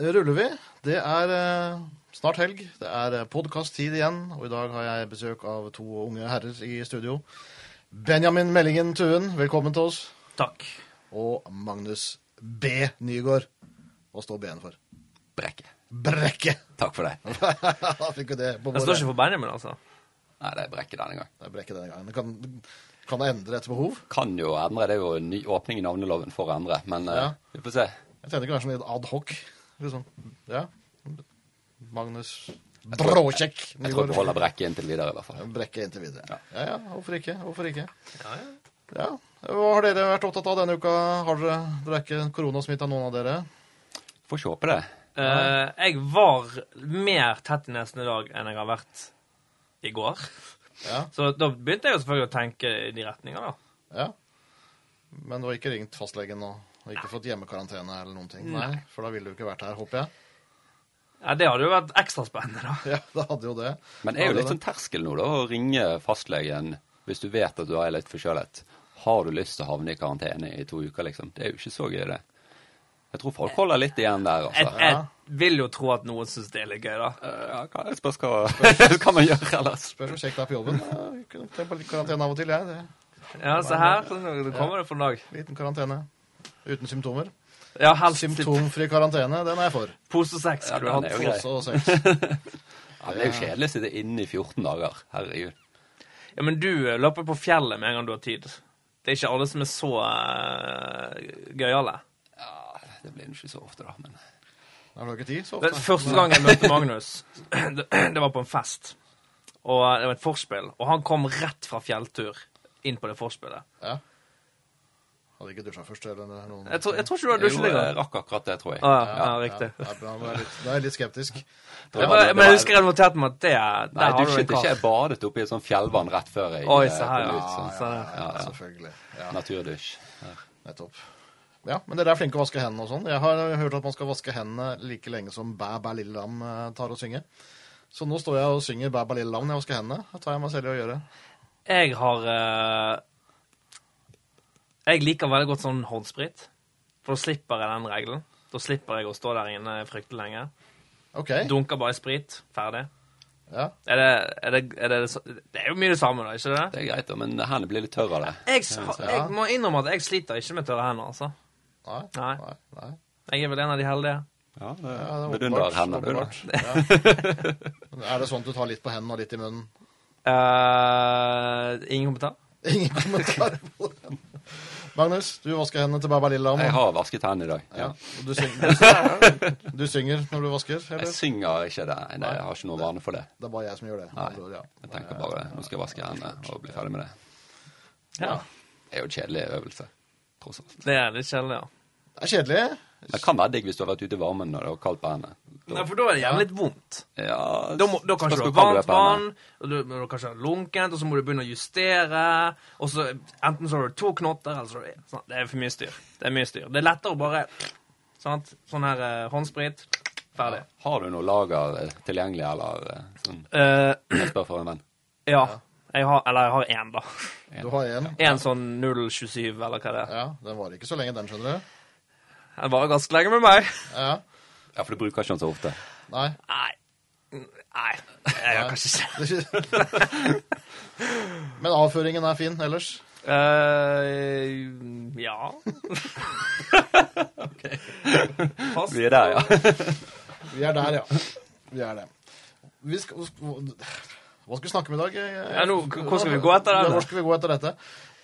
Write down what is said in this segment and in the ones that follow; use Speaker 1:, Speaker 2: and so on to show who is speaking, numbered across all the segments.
Speaker 1: ruller vi. Det er eh, snart helg. Det er eh, podcast-tid igjen, og i dag har jeg besøk av to unge herrer i studio. Benjamin Mellingen Tuen, velkommen til oss.
Speaker 2: Takk.
Speaker 1: Og Magnus B. Nygård. Hva står B-en for?
Speaker 3: Brekke.
Speaker 1: Brekke!
Speaker 3: Takk for det.
Speaker 1: Da fikk vi det på
Speaker 2: Jeg står
Speaker 1: bordet.
Speaker 2: ikke for Benjamin, altså.
Speaker 3: Nei, det er Brekke denne gang.
Speaker 1: Det er Brekke denne gangen. Kan, kan det endre etter behov?
Speaker 3: Kan jo endre. Det er jo en ny åpning i navneloven for å endre, men eh,
Speaker 1: Ja.
Speaker 3: vi får se.
Speaker 1: Jeg tenker kanskje litt ad hoc. Liksom. Ja. Magnus Bråkjekk
Speaker 3: Jeg tror vi holder Brekke inntil videre, i hvert fall.
Speaker 1: Brekke inntil videre. Ja. ja hvorfor ikke? Hvorfor ikke?
Speaker 2: Ja, ja.
Speaker 1: Ja. Hva har dere vært opptatt av denne uka? Har dere, dere er ikke koronasmitta, noen av dere?
Speaker 3: Får ikke håpe det.
Speaker 2: Eh, jeg var mer tett i nesen i dag enn jeg har vært i går.
Speaker 1: Ja.
Speaker 2: Så da begynte jeg jo selvfølgelig å tenke i de retninger, da.
Speaker 1: ja. Men du har ikke ringt fastlegen og og ikke fått hjemmekarantene eller noen ting? Nei. For da ville du ikke vært her, håper jeg.
Speaker 2: Ja, Det hadde jo vært ekstra spennende, da.
Speaker 1: Ja, det hadde jo det.
Speaker 3: Men det er
Speaker 1: Hadde
Speaker 3: jo litt sånn terskel nå, da, å ringe fastlegen hvis du vet at du er litt forkjølet. Har du lyst til å havne i karantene i to uker, liksom? Det er jo ikke så gøy, det. Jeg tror folk holder litt igjen der,
Speaker 2: Jeg,
Speaker 3: altså.
Speaker 1: Ja.
Speaker 2: jeg vil jo tro at noen syns det er litt gøy, da.
Speaker 3: Eh, Ja, hva- jeg spørs hva, hva man gjør ellers.
Speaker 1: Spør om sjekk deg på jobben. Ja, jeg kunne tenkt på litt karantene av og til, jeg. Det.
Speaker 2: Ja, se her. sånn, Det kommer det for en dag.
Speaker 1: Liten karantene. Uten symptomer.
Speaker 2: Ja, helst litt
Speaker 1: Symptomfri karantene, den er jeg for.
Speaker 2: pose og sex.
Speaker 3: Ja,
Speaker 2: skulle du hatt.
Speaker 3: den er jo grei.
Speaker 1: Pose og sex.
Speaker 3: Ja, det er jo kjedelig å sitte inne i 14 dager. Herregud.
Speaker 2: Ja, Men du eh, løper på fjellet med en gang du har tid. Det er ikke alle som er så uh, gøyale.
Speaker 3: Ja, det blir jo ikke så ofte, da. Men
Speaker 1: Da har du ikke tid så
Speaker 2: Det
Speaker 1: ofte.
Speaker 2: første gang jeg møtte Magnus, det det var på en fest. Og eh, Det var et forspill. Og han kom rett fra fjelltur inn på det forspillet.
Speaker 1: Ja. Hadde ikke dusja først, eller noen
Speaker 2: Jeg tror, jeg tror ikke du har
Speaker 3: jo,
Speaker 2: dusjet
Speaker 3: jeg
Speaker 2: engang.
Speaker 3: rakk akkurat det, tror jeg.
Speaker 2: Ah, ja, ja, riktig.
Speaker 1: Ja, da er jeg litt, da er jeg litt skeptisk.
Speaker 3: Det
Speaker 2: Jeg
Speaker 3: var-
Speaker 2: bare-
Speaker 3: det
Speaker 2: Men jeg
Speaker 3: var-
Speaker 2: husker jeg noterte meg at det er- der
Speaker 3: Nei,
Speaker 2: har du en
Speaker 3: dusjet ikke.
Speaker 2: kar.
Speaker 3: Jeg badet oppi et sånt fjellvann rett før jeg
Speaker 2: Oi,
Speaker 3: eh,
Speaker 2: se her, ja.
Speaker 3: kom ut. sånn.
Speaker 2: Så,
Speaker 1: Ja, selvfølgelig. Ja,
Speaker 3: Naturdusj.
Speaker 1: nettopp. Ja, Men dere er flinke å vaske hendene og sånn. Jeg har hørt at man skal vaske hendene like lenge som Bæ bæ lille lam eh, tar og synger. Så nå står jeg og synger Bæ bæ lille lam når jeg vasker hendene. Det tar jeg meg selv i å gjøre.
Speaker 2: Jeg har eh, Jeg liker veldig godt sånn håndsprit. For da slipper jeg den regelen. Da slipper jeg å stå der inne fryktelig lenge.
Speaker 1: OK.
Speaker 2: Dunker bare i sprit. Ferdig.
Speaker 1: Ja.
Speaker 2: Er det, er det, er det, så- det er jo mye det samme, da, ikke det?
Speaker 3: Det er greit, da, men hendene blir litt tørre av det.
Speaker 2: Jeg, s- ha- jeg må innrømme at jeg sliter ikke med tørre hender, altså.
Speaker 1: Nei.
Speaker 2: Nei.
Speaker 1: Nei. Nei.
Speaker 2: Jeg er vel en av de heldige.
Speaker 3: Ja, det
Speaker 1: Ja, det er
Speaker 3: Bedunder
Speaker 1: åpenbart,
Speaker 3: hendene, du, da.
Speaker 1: åpenbart. Ja. Men Er det sånn at du tar litt på hendene og litt i munnen?
Speaker 2: Eh, ingen kommentar?
Speaker 1: Ingen kommentar på det. Magnus, du vasker hendene til Bæ bæ lille lam.
Speaker 3: Jeg har vasket hendene i dag.
Speaker 1: Ja.
Speaker 3: Ja.
Speaker 1: Og Du, synger, du synger når du vasker,
Speaker 3: Jeg
Speaker 1: eller?
Speaker 3: synger ikke det. Nei, jeg har ikke noe vane for det.
Speaker 1: Det er bare jeg som gjør det.
Speaker 3: Nei.
Speaker 1: Ja.
Speaker 3: Jeg tenker bare nå skal jeg vaske hendene og bli ferdig med det.
Speaker 2: Ja.
Speaker 3: Det er jo en kjedelig øvelse, tross alt.
Speaker 2: Det er litt kjedelig, ja.
Speaker 1: Det er kjedelig.
Speaker 3: Men Det kan være digg hvis du har vært ute i varmen og det var kaldt på hendene.
Speaker 2: Nei, for da er det gjerne litt vondt.
Speaker 3: Ja,
Speaker 2: Da, må, da kan
Speaker 3: spørs
Speaker 2: ikke du
Speaker 3: hvor
Speaker 2: ha
Speaker 3: kald du er
Speaker 2: varmt
Speaker 3: på hendene.
Speaker 2: vann, og du, men du kan ikke ha lunkent, og så må du begynne å justere, og så enten så har du to knotter, eller så har du sånn, Det er for mye styr. Det er mye styr. Det er lettere å bare sant? Sånn her eh, håndsprit. Ferdig.
Speaker 3: Har du noe lager eh, tilgjengelig, eller eh, sånn?
Speaker 2: Eh,
Speaker 3: Jeg spør for en venn.
Speaker 2: ja. Jeg har, eller jeg har én, da.
Speaker 1: Du har én.
Speaker 2: Én sånn 027, eller hva det er.
Speaker 1: Ja, den varer ikke så lenge, den, skjønner du.
Speaker 2: Den varer ganske lenge med meg.
Speaker 1: Ja.
Speaker 3: Ja, for du bruker ikke den så ofte.
Speaker 1: Nei.
Speaker 2: Nei. Nei. Jeg gjør kanskje ikke
Speaker 1: Det er ikke- Men avføringen er fin ellers.
Speaker 2: Eh, Ja. Fast.
Speaker 3: Vi er der, ja.
Speaker 1: Vi er der, ja. Vi er det. Vi skal Hva skal vi snakke om i dag?
Speaker 2: Ja, nå, hvor skal vi gå etter det?
Speaker 1: Ja, Hvor skal vi gå etter dette?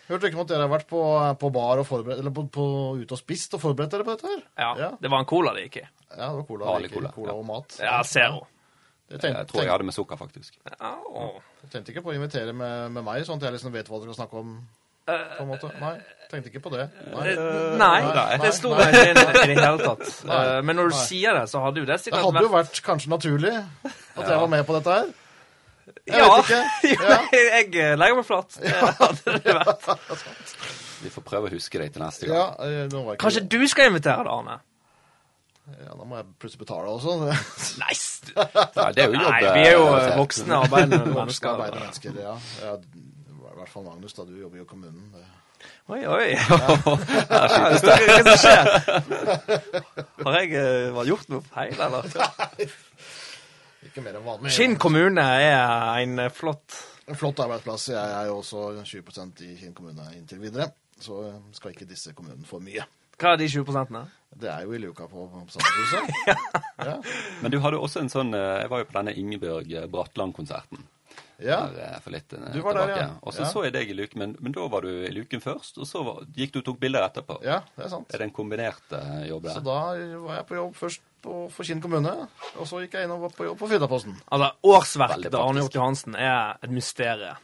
Speaker 1: Hørte ikke om at dere har vært på, på bar og forberedt Eller på, på, ute og spist og forberedt dere på dette her?
Speaker 2: Ja,
Speaker 1: Ja,
Speaker 2: det var en cola det gikk i.
Speaker 1: Ja, det var cola,
Speaker 3: Vanlig
Speaker 1: ikke
Speaker 3: cola,
Speaker 1: cola
Speaker 3: ja.
Speaker 1: og mat.
Speaker 2: Ja, Zero.
Speaker 1: Jeg tenkte,
Speaker 3: Jeg tror jeg hadde med sukker, faktisk.
Speaker 2: Au.
Speaker 1: Jeg tenkte ikke på å invitere med, med meg, sånn at jeg liksom vet hva dere skal snakke om. på en måte. Nei, tenkte ikke på det. Nei.
Speaker 2: Eh, Nei,
Speaker 1: nei,
Speaker 2: det slo
Speaker 1: nei.
Speaker 2: meg ikke inn i det hele tatt.
Speaker 1: Nei,
Speaker 2: Eh, Men når du
Speaker 1: nei.
Speaker 2: sier det, så hadde jo det
Speaker 1: Det
Speaker 2: sikkert
Speaker 1: hadde jo vært kanskje naturlig at jeg var med på dette her. Jeg
Speaker 2: Ja.
Speaker 1: vet ikke. Ja.
Speaker 2: Jeg eh, legger meg flat. Det hadde det vært.
Speaker 3: Vi får prøve å huske det til neste
Speaker 1: Ja,
Speaker 3: gang.
Speaker 1: eh, nå var jeg ikke-
Speaker 2: Kanskje du skal invitere det, Arne?
Speaker 1: ja, Da må jeg plutselig betale også.
Speaker 2: Nice.
Speaker 3: Ja, det er jo jobb.
Speaker 2: Nei, vi er jo
Speaker 3: eh,
Speaker 2: voksne, arbeidende
Speaker 1: Voksne
Speaker 2: mennesker.
Speaker 1: arbeidende mennesker, ja. ja. I hvert hvert fall Magnus, da du jobber jo i kommunen. Det-
Speaker 2: Oi, oi. Her skytes det. Hva som skjer? Har jeg eh, hva, gjort noe feil, eller?
Speaker 1: Ikke mer enn vanlig.
Speaker 2: Skinn kommune er en eh, flott
Speaker 1: En flott arbeidsplass. Jeg er jo også 20 i Kinn kommune inntil videre. Så eh, skal ikke disse kommunene for mye.
Speaker 2: Hva er de 20 prosentene?
Speaker 1: Det er jo i luka på, på Samfunnshuset. ja.
Speaker 3: Men du hadde også en sånn eh, Jeg var jo på denne Ingebjørg eh, Bratland-konserten.
Speaker 1: ja.
Speaker 3: der, eh, For litt eh,
Speaker 1: Du var der,
Speaker 3: tilbake.
Speaker 1: ja.
Speaker 3: Og så
Speaker 1: Ja.
Speaker 3: så jeg deg i luken, men, men da var du i luken først, og så var, gikk du og tok bilder etterpå.
Speaker 1: Ja, det er sant.
Speaker 3: Er det en kombinert eh, jobb
Speaker 1: Så
Speaker 3: der?
Speaker 1: da var jeg på jobb først på, for Kinn kommune, og så gikk jeg innom og var på jobb på Fridaposten.
Speaker 2: Altså, årsverket
Speaker 3: Veldig
Speaker 2: til Arne
Speaker 3: praktisk.
Speaker 2: Hjort Johansen er et mysterium.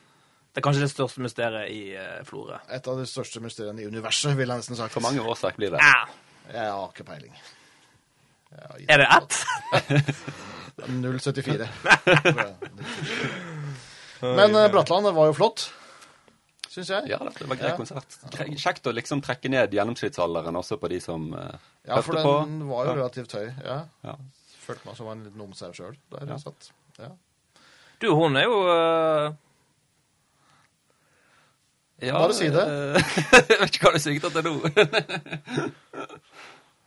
Speaker 2: Det er kanskje det største mysteriet i eh, Florø.
Speaker 1: Et av de største mysteriene i universet, vil jeg nesten sagt.
Speaker 3: Hvor mange årsverk blir det?
Speaker 2: Ah,
Speaker 1: Jeg har ikke peiling. Jeg har gitt
Speaker 2: er det ett?
Speaker 1: 074. Men eh, Bratland det var jo flott, syns jeg.
Speaker 3: Ja, det var grei
Speaker 1: Ja.
Speaker 3: konsert. Grei, kjekt å liksom trekke ned gjennomsnittsalderen også på de som eh,
Speaker 1: Ja, for
Speaker 3: hørte på.
Speaker 1: den var jo
Speaker 3: Ja.
Speaker 1: relativt høy. Ja.
Speaker 3: Ja.
Speaker 1: Følte meg som en liten omsau sjøl der
Speaker 3: Ja.
Speaker 1: jeg satt. Ja.
Speaker 2: Du, hun er jo eh,
Speaker 3: Ja,
Speaker 1: Bare si det.
Speaker 3: eh, jeg vet ikke hva du sikter til nå.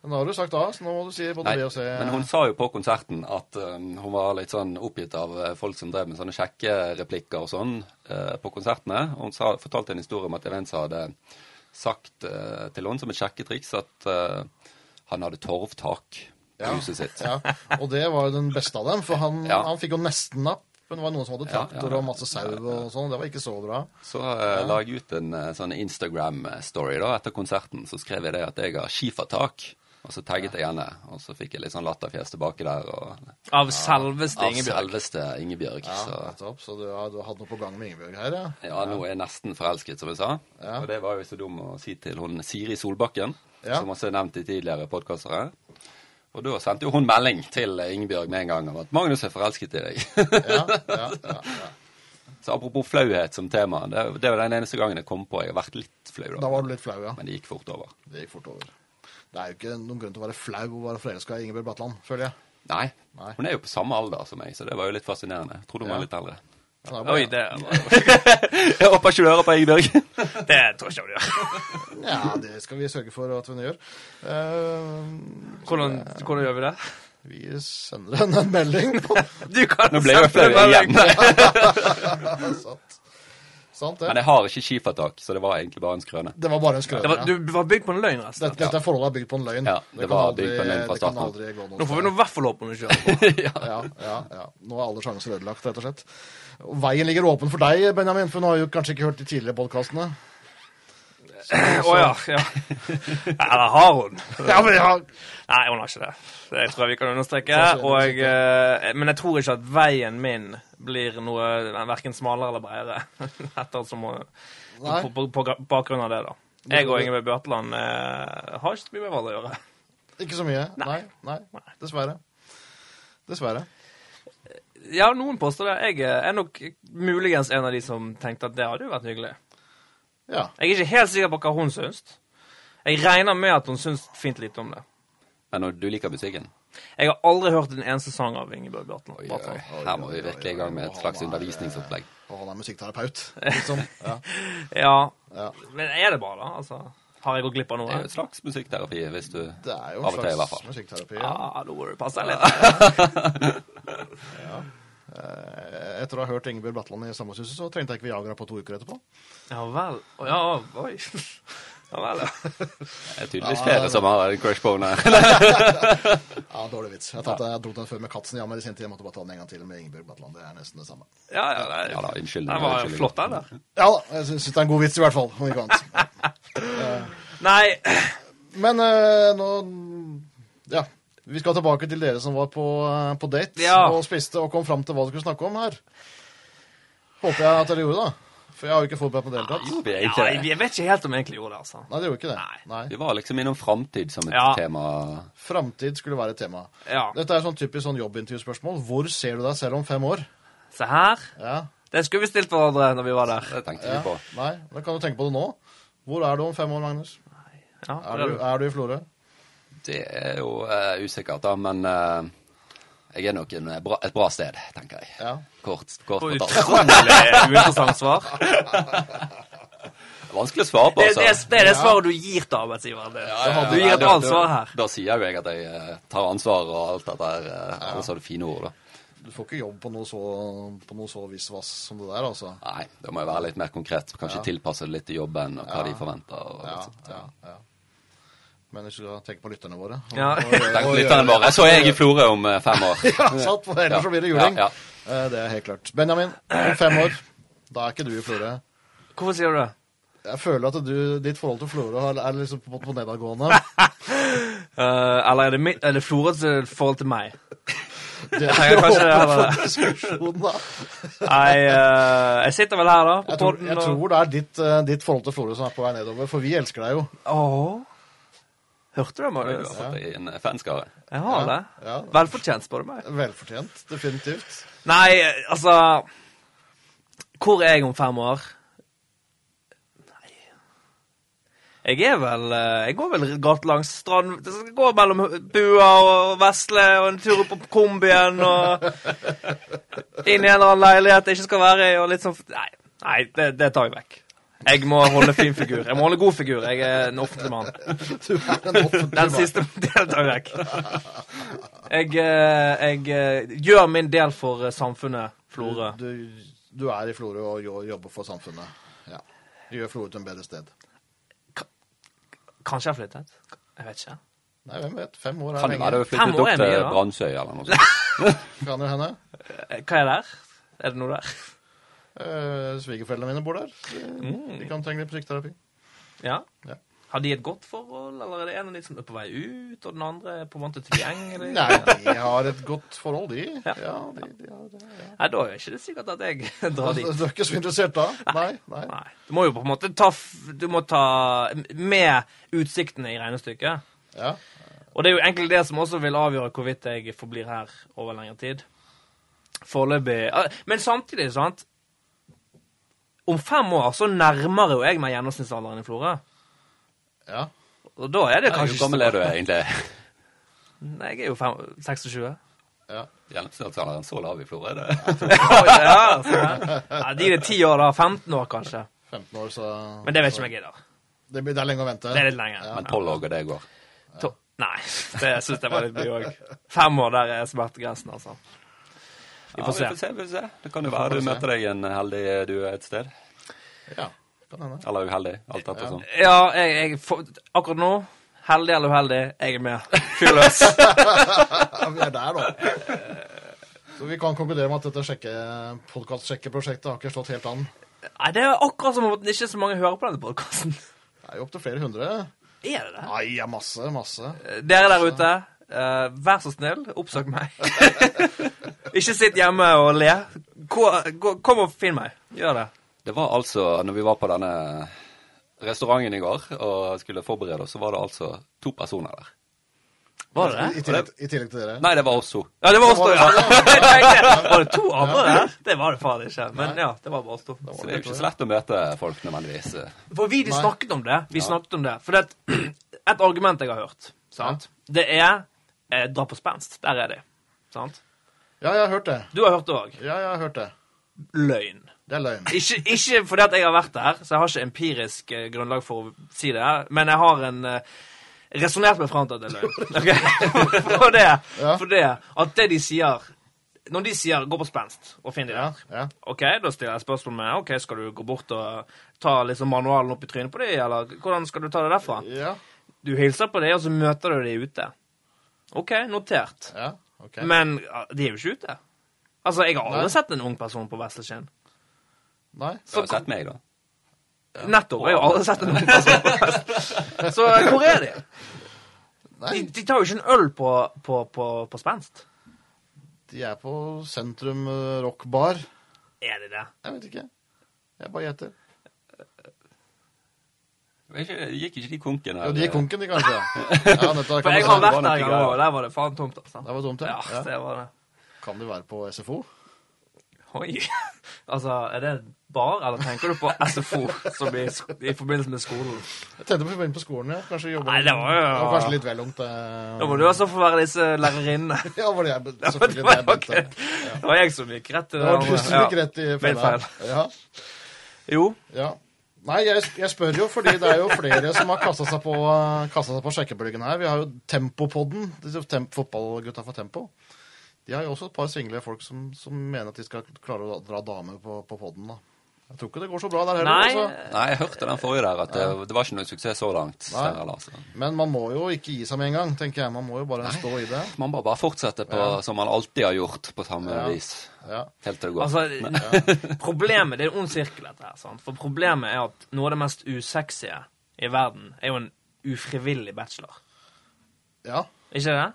Speaker 1: Men nå har du sagt A, så nå må du si både
Speaker 3: Nei,
Speaker 1: B og C.
Speaker 3: men hun sa jo på konserten at eh, hun var litt sånn oppgitt av eh, folk som drev med sånne kjekke replikker og sånn eh, på konsertene. Og hun sa, fortalte en historie om at det var en som hadde sagt eh, til henne som et sjekketriks at eh, han hadde torvtak på
Speaker 1: Ja.
Speaker 3: huset sitt.
Speaker 1: Ja. Og det var jo den beste av dem, for han,
Speaker 3: Ja.
Speaker 1: han fikk jo nesten napp. Men det var noen som hadde
Speaker 3: Ja,
Speaker 1: traktor
Speaker 3: ja.
Speaker 1: og masse sau og sånn. Det var ikke så bra.
Speaker 3: Så eh, la jeg ut en eh, sånn Instagram-story da, etter konserten. Så skrev jeg det at jeg har skifertak. Og så tagget jeg henne. Og så fikk jeg litt sånn latterfjes tilbake der. Og,
Speaker 2: av selveste
Speaker 3: av
Speaker 2: Ingebjørg.
Speaker 3: selveste Ingebjørg.
Speaker 1: Ja,
Speaker 3: Så
Speaker 1: nettopp. Så du, har- du har hatt noe på gang med Ingebjørg her, ja?
Speaker 3: ja, nå er jeg nesten forelsket, som jeg sa.
Speaker 1: Ja.
Speaker 3: Og det var jo så dum å si til hun Siri Solbakken,
Speaker 1: Ja.
Speaker 3: som også er nevnt i tidligere podkaster her. Og da sendte jo hun melding til Ingebjørg med en gang om at Magnus er forelsket i deg.
Speaker 1: Ja, ja, ja, ja.
Speaker 3: så apropos flauhet som tema. Det, det var den eneste gangen jeg kom på jeg har vært litt flau, da.
Speaker 1: Da var du litt flau, ja.
Speaker 3: Men det gikk fort over.
Speaker 1: Det gikk fort over. Det er jo ikke noen grunn til å være flau og være forelska i Ingebjørg Bratland, føler jeg.
Speaker 3: Nei.
Speaker 1: Nei.
Speaker 3: Hun er jo på samme alder som meg, så det var jo litt fascinerende. Jeg trodde hun
Speaker 1: Ja.
Speaker 3: var litt eldre.
Speaker 1: Han er bare-
Speaker 2: Oi, det,
Speaker 3: Jeg håper ikke du hører på Ingebjørg.
Speaker 2: det tror jeg ikke hun gjør.
Speaker 1: Ja, det skal vi sørge for at hun gjør. Eh,
Speaker 2: Hvordan, hvordan gjør vi det?
Speaker 1: vi sender henne en melding. På,
Speaker 2: Du kan
Speaker 3: Nå ble jeg jo
Speaker 2: sende
Speaker 3: flau
Speaker 2: melding.
Speaker 3: igjen.
Speaker 1: sant. sant
Speaker 3: Men
Speaker 1: det?
Speaker 3: jeg har ikke skifertak, så det var egentlig bare en skrøne.
Speaker 1: Det var bare en skrøne.
Speaker 2: Det var,
Speaker 1: ja.
Speaker 2: du var bygd på en løgn, resten.
Speaker 1: Dette, dette er forholdet er bygd på en løgn.
Speaker 3: Ja, det
Speaker 1: kan
Speaker 3: var
Speaker 1: aldri-
Speaker 3: bygd på en løgn fra
Speaker 1: Det kan
Speaker 3: starten.
Speaker 1: aldri gå noe
Speaker 2: Nå får vi nå i hvert fall håpe hun ikke gjør det.
Speaker 1: Ja, ja, ja. Nå er alle sjanser ødelagt, rett og slett. Og Veien ligger åpen for deg, Benjamin, for nå har jeg jo kanskje ikke hørt de tidligere podkastene.
Speaker 2: Å ja. ja. Eller har hun?
Speaker 1: Ja, men jeg har...
Speaker 2: Nei, hun har ikke det. Det tror jeg vi kan understreke.
Speaker 1: Kanskje hun
Speaker 2: Og, eh, men jeg tror ikke at veien min blir noe verken smalere eller bredere ettersom hun-
Speaker 1: Nei.
Speaker 2: på, på, på bakgrunn av det, da. Jeg og Ingebjørg Bjørtland eh, har ikke så mye med hverandre å gjøre.
Speaker 1: Ikke så mye. Nei.
Speaker 2: Nei.
Speaker 1: Nei.
Speaker 2: Nei.
Speaker 1: Dessverre. Dessverre.
Speaker 2: Ja, noen påstår det. Jeg eh, er nok muligens en av de som tenkte at det hadde jo vært hyggelig.
Speaker 1: Ja.
Speaker 2: Jeg er ikke helt sikker på hva hun syns. Jeg regner med at hun syns fint lite om det.
Speaker 3: Men du liker musikken.
Speaker 2: Jeg har aldri hørt en eneste sang av Ingeborg Bjørtland.
Speaker 3: Oi,
Speaker 2: Bratland.
Speaker 3: oi, her må vi virkelig i gang med et slags undervisningsopplegg.
Speaker 1: Og han er musikkterapeut, liksom. Ja.
Speaker 2: Ja.
Speaker 1: Ja.
Speaker 2: Men er det bra, da? Altså, har jeg gått glipp av
Speaker 3: Det
Speaker 2: noe?
Speaker 3: er jo et slags musikkterapi, hvis du
Speaker 1: Det er jo
Speaker 3: Av og
Speaker 1: en
Speaker 3: til, i hvert
Speaker 1: slags
Speaker 3: fall.
Speaker 1: musikkterapi. Ja.
Speaker 2: Ja, Ah, nå må du passe deg litt.
Speaker 1: Eh, Etter å ha hørt Ingebjørg Bratland i Sambandshuset, så trengte jeg ikke Viagra på to uker etterpå.
Speaker 2: Ja vel. Å, Ja, oi. Ja vel, ja.
Speaker 3: Det er tydeligvis flere som har en crush på henne.
Speaker 1: Ja, Dårlig vits. Jeg, tatt, jeg dro den før med Katzen jammer i sin tid. Jeg måtte bare ta den en gang til med Ingebjørg Bratland. Det er nesten det samme.
Speaker 2: Ja, ja, det er-
Speaker 3: Ja da, unnskyld.
Speaker 2: Den var
Speaker 3: unnskyld.
Speaker 2: flott, den der.
Speaker 1: Ja da, jeg syns det er en god vits i hvert fall. Om ikke annet.
Speaker 2: Nei,
Speaker 1: Men eh, nå Ja. Vi skal tilbake til dere som var på, eh, på date
Speaker 2: Ja.
Speaker 1: og spiste og kom fram til hva dere skulle snakke om her. Håper jeg at dere gjorde det. For jeg har jo ikke forberedt meg på det hele tatt.
Speaker 3: Gjorde vi
Speaker 2: ja,
Speaker 3: egentlig
Speaker 2: jeg
Speaker 3: det?
Speaker 2: jeg vet ikke helt om jeg egentlig gjorde det, altså.
Speaker 1: Nei, det gjorde ikke det. Nei.
Speaker 3: Vi var liksom innom framtid som et
Speaker 2: Ja.
Speaker 3: tema.
Speaker 1: Framtid skulle være et tema.
Speaker 2: Ja.
Speaker 1: Dette er sånn typisk sånn jobbintervjuspørsmål. Hvor ser du deg selv om fem år?
Speaker 2: Se her.
Speaker 1: Ja,
Speaker 2: Det skulle vi stilt hverandre når vi var der.
Speaker 3: Det tenkte
Speaker 1: ja.
Speaker 3: vi på.
Speaker 1: Nei, da kan du tenke på det nå. Hvor er du om fem år, Magnus?
Speaker 2: Ja,
Speaker 1: Er du, er du i Florø?
Speaker 3: Det er jo eh, usikkert, da, men eh, Jeg er nok en eh, bra, et bra sted, tenker jeg.
Speaker 1: Ja.
Speaker 3: Kort, kort
Speaker 2: Og
Speaker 3: fortalt.
Speaker 2: utrolig uinteressant svar.
Speaker 3: Vanskelig å svare på,
Speaker 2: Det,
Speaker 3: altså.
Speaker 2: det, det er det svaret du gir til arbeidsgiveren. Det. Du gir
Speaker 3: Nei,
Speaker 2: et
Speaker 3: da-
Speaker 2: annet svar her.
Speaker 3: Da, da sier jo jeg at jeg eh, tar ansvar og alt dette her. eh, Alle sa det fine ord, da.
Speaker 1: Du får ikke jobb på noe så, på noe så visvas som det der, altså.
Speaker 3: Nei, da må jeg være litt mer konkret. Kanskje tilpasse det litt til jobben og hva de forventer. Og
Speaker 1: Ja,
Speaker 3: litt sånt.
Speaker 1: ja, ja. Men hvis du skal tenke på lytterne våre og-
Speaker 2: Ja.
Speaker 1: og- og-
Speaker 3: Tenk på
Speaker 1: og-
Speaker 3: lytterne våre. Så er jeg i Florø om eh, fem år.
Speaker 1: Ja, sant, for ellers så blir det juling.
Speaker 3: Ja, ja.
Speaker 1: Eh, Det er helt klart. Benjamin, om fem år, da er ikke du i Florø.
Speaker 2: Hvorfor sier du det?
Speaker 1: Jeg føler at du, ditt forhold til Florø har- er liksom på, på nedadgående.
Speaker 2: Eh, eller er det, mitt, er det Florøs eh, forhold til meg?
Speaker 1: Det
Speaker 2: Nei, jeg
Speaker 1: er
Speaker 2: kan ikke det
Speaker 1: åpen
Speaker 2: heller.
Speaker 1: for diskusjon, da.
Speaker 2: Nei, eh, jeg sitter vel her, da. På
Speaker 1: Jeg tror,
Speaker 2: podden
Speaker 1: jeg
Speaker 2: og-
Speaker 1: tror det er ditt, eh, ditt forhold til Florø som er på vei nedover, for vi elsker deg jo.
Speaker 2: Åh. Hørte du det,
Speaker 3: Du har
Speaker 2: Marius?
Speaker 3: fått deg en eh, fanskare.
Speaker 2: Jeg har det.
Speaker 1: Ja,
Speaker 2: Velfortjent, spør du meg.
Speaker 1: Velfortjent, definitivt.
Speaker 2: Nei, altså Hvor er jeg om fem år? Nei Jeg er vel eh, Jeg går vel godt langs strand Jeg går mellom Bua og Vesle og en tur opp på kombien og inn i en eller annen leilighet jeg ikke skal være i og litt sånn Nei, nei det, det tar jeg vekk. Jeg må holde fin figur. Jeg må holde god figur. Jeg er en offentlig mann.
Speaker 1: Du er en offentlig
Speaker 2: Den
Speaker 1: mann.
Speaker 2: siste delen tar jeg vekk. Jeg, eh, jeg eh, gjør min del for eh, samfunnet Florø.
Speaker 1: Du, du er i Florø og jo- jobber for samfunnet. Ja. Du gjør Florø til en bedre sted.
Speaker 2: Kanskje jeg har flyttet? Jeg vet ikke.
Speaker 1: Nei, hvem vet. Fem år er
Speaker 3: Kan det
Speaker 1: lenge.
Speaker 3: være du har
Speaker 2: Fem år
Speaker 3: flyttet opp
Speaker 2: er mye,
Speaker 3: til
Speaker 2: da.
Speaker 3: Brandsøy eller noe sånt?
Speaker 1: Kan jo hende.
Speaker 2: Eh, Hva er der? Er det noe der?
Speaker 1: Eh, Svigerforeldrene mine bor der. De,
Speaker 2: Mm.
Speaker 1: de kan trenge litt psykoterapi.
Speaker 2: Ja?
Speaker 1: Ja.
Speaker 2: Har de et godt forhold, eller er det en av de som er på vei ut, og den andre er på en måte tilgjengelig?
Speaker 1: Nei, de har et godt forhold, de. Ja, de, de har det. Ja.
Speaker 2: Nei, da er det ikke det sikkert at jeg drar
Speaker 1: Altså,
Speaker 2: dit.
Speaker 1: du er ikke så interessert da? Nei. nei.
Speaker 2: Nei. Du må jo på en måte ta, f- du må ta med utsiktene i regnestykket.
Speaker 1: Ja.
Speaker 2: Og det er jo egentlig det som også vil avgjøre hvorvidt jeg forblir her over lengre tid. Foreløpig Ah, Men samtidig, sant Om fem år så nærmer jo jeg meg gjennomsnittsalderen i Florø.
Speaker 1: ja.
Speaker 2: Og da er det
Speaker 3: Hvor
Speaker 2: kanskje
Speaker 3: gammel er du egentlig?
Speaker 2: Nei, jeg er jo fem, 26.
Speaker 1: ja.
Speaker 3: Gjennomsnittsalderen så lav i Florø, det.
Speaker 2: ja, så, ja, de er ti år, da. 15 år, kanskje.
Speaker 1: 15 år, så
Speaker 2: Men det vet ikke om jeg gidder.
Speaker 1: Det, blir- det er lenge å vente.
Speaker 2: Det er litt lenger.
Speaker 3: Men tolv år og det går.
Speaker 2: To Nei, det syns jeg var litt mye òg. Fem år, der er smertegrensen, altså. Vi
Speaker 3: Ja,
Speaker 2: får se.
Speaker 3: vi får se. vi får se. Det kan jo være du møter deg en heldig due et sted.
Speaker 1: Ja, kan hende.
Speaker 3: Eller uheldig. Alt etter sånn.
Speaker 2: Ja, jeg, jeg får, akkurat nå Heldig eller uheldig, jeg er med. Fyr løs.
Speaker 1: Ja, vi er der nå. Så vi kan konkludere med at dette sjekke- podkast-sjekkeprosjektet har ikke slått helt an.
Speaker 2: Nei, det er akkurat som om det ikke er så mange hører på denne podkasten.
Speaker 1: Det er jo opptil flere hundre.
Speaker 2: Er det det?
Speaker 1: Nei, ja, masse, masse.
Speaker 2: Dere der ute, eh, vær så snill, oppsøk meg. ikke sitt hjemme og le. Gå, gå, kom og finn meg. Gjør det.
Speaker 3: Det var altså, når vi var på denne restauranten i går og skulle forberede oss, så var det altså to personer der.
Speaker 2: Var det
Speaker 1: I
Speaker 2: det?
Speaker 1: tillegg, i tillegg til dere.
Speaker 3: Nei, det var oss to.
Speaker 2: Ja, det var oss to, ja. Jeg tenkte, Var det to andre der? Det var det faen ikke. Men ja, det var bare oss to.
Speaker 1: Da var
Speaker 3: Så
Speaker 1: det
Speaker 3: det er jo
Speaker 1: dere.
Speaker 3: ikke så lett å møte folk nødvendigvis.
Speaker 2: For vi de
Speaker 1: Nei.
Speaker 2: snakket om det. Vi snakket om det. For det er et, et argument jeg har hørt, sant? det er eh, dra på spenst. Der er de. Sant?
Speaker 1: Ja, jeg har hørt det.
Speaker 2: Du har hørt det òg.
Speaker 1: Ja, jeg har hørt det.
Speaker 2: Løgn.
Speaker 1: Det er løgn.
Speaker 2: Ikke, ikke fordi at jeg har vært der, så jeg har ikke empirisk eh, grunnlag for å si det, her, men jeg har en uh, resonnert meg fram til at det er løgn. Ok? for, det,
Speaker 1: Ja.
Speaker 2: for det at det de sier Når de sier 'gå på spenst' og finn de
Speaker 1: Ja,
Speaker 2: der,
Speaker 1: ja.
Speaker 2: ok, da stiller jeg spørsmål med ok, skal du gå bort og ta liksom manualen opp i trynet på de, eller hvordan skal du ta det derfra?
Speaker 1: Ja,
Speaker 2: Du hilser på de, og så møter du de ute. OK, notert.
Speaker 1: ja, ok.
Speaker 2: Men ja, de er jo ikke ute. Altså, jeg har
Speaker 1: Nei.
Speaker 2: aldri sett en ung person på Vesleskinn.
Speaker 1: Nei.
Speaker 3: Så har du sett meg, da.
Speaker 2: Nettopp. Jeg har aldri sett en ung person på Vestlandet. Så eh, hvor er de?
Speaker 1: Nei,
Speaker 2: De, de tar jo ikke en øl på, på, på, på spenst.
Speaker 1: de er på Sentrum eh, Rock Bar.
Speaker 2: Er de det?
Speaker 1: Jeg vet ikke. Jeg bare gjetter.
Speaker 3: Det var ikke- Gikk ikke de konken
Speaker 1: Ja, de er konken, de, kanskje. Ja, nettopp.
Speaker 2: For
Speaker 1: Kan
Speaker 2: jeg
Speaker 1: det
Speaker 2: har
Speaker 1: være-
Speaker 2: vært der en gang,
Speaker 3: greier.
Speaker 2: og der var det faen tomt. altså.
Speaker 1: Det var tomt,
Speaker 2: Ja,
Speaker 1: ja. ja.
Speaker 2: det var det.
Speaker 1: Kan de være på SFO?
Speaker 2: Oi. Altså, er det bar, eller tenker du på SFO som i, sk- i forbindelse med skolen?
Speaker 1: Jeg tenkte på å begynne på skolen, ja. Kanskje jobbe
Speaker 2: Nei, det var jo-
Speaker 1: Det var kanskje litt vel ungt.
Speaker 2: Da
Speaker 1: eh.
Speaker 2: må du også få være disse lærerinnene.
Speaker 1: Ja, var det jeg,
Speaker 2: Det var, det
Speaker 1: selvfølgelig.
Speaker 2: var,
Speaker 1: Det,
Speaker 2: ikke-
Speaker 1: jeg begynte.
Speaker 2: det var jeg som gikk rett til
Speaker 1: det var du som
Speaker 2: andre.
Speaker 1: gikk rett i
Speaker 2: Min
Speaker 1: fella. Ja.
Speaker 2: Jo.
Speaker 1: Ja. Nei, jeg, jeg spør jo fordi det er jo flere som har kasta seg på, kastet seg på sjekkebølgen her. Vi har jo Tempopodden, disse temp, fotballgutta fra Tempo. De har jo også et par single folk som, som mener at de skal klare å dra damer på, på podden. da. Jeg tror ikke det går så bra der heller.
Speaker 2: Nei,
Speaker 1: altså.
Speaker 3: Nei, jeg hørte den forrige der, at det, det var ikke noe suksess så langt.
Speaker 1: Nei.
Speaker 3: Steinar Larsen.
Speaker 1: Men man må jo ikke gi seg med en gang, tenker jeg. Man må jo bare stå i det.
Speaker 3: Man må bare fortsette på som man alltid har gjort, på samme
Speaker 1: Ja.
Speaker 3: vis.
Speaker 1: Ja.
Speaker 3: Helt til det går.
Speaker 2: Altså, problemet, Det er en ond sirkel, dette her. sant? For problemet er at noe av det mest usexy i verden er jo en ufrivillig bachelor.
Speaker 1: ja.
Speaker 2: Ikke det?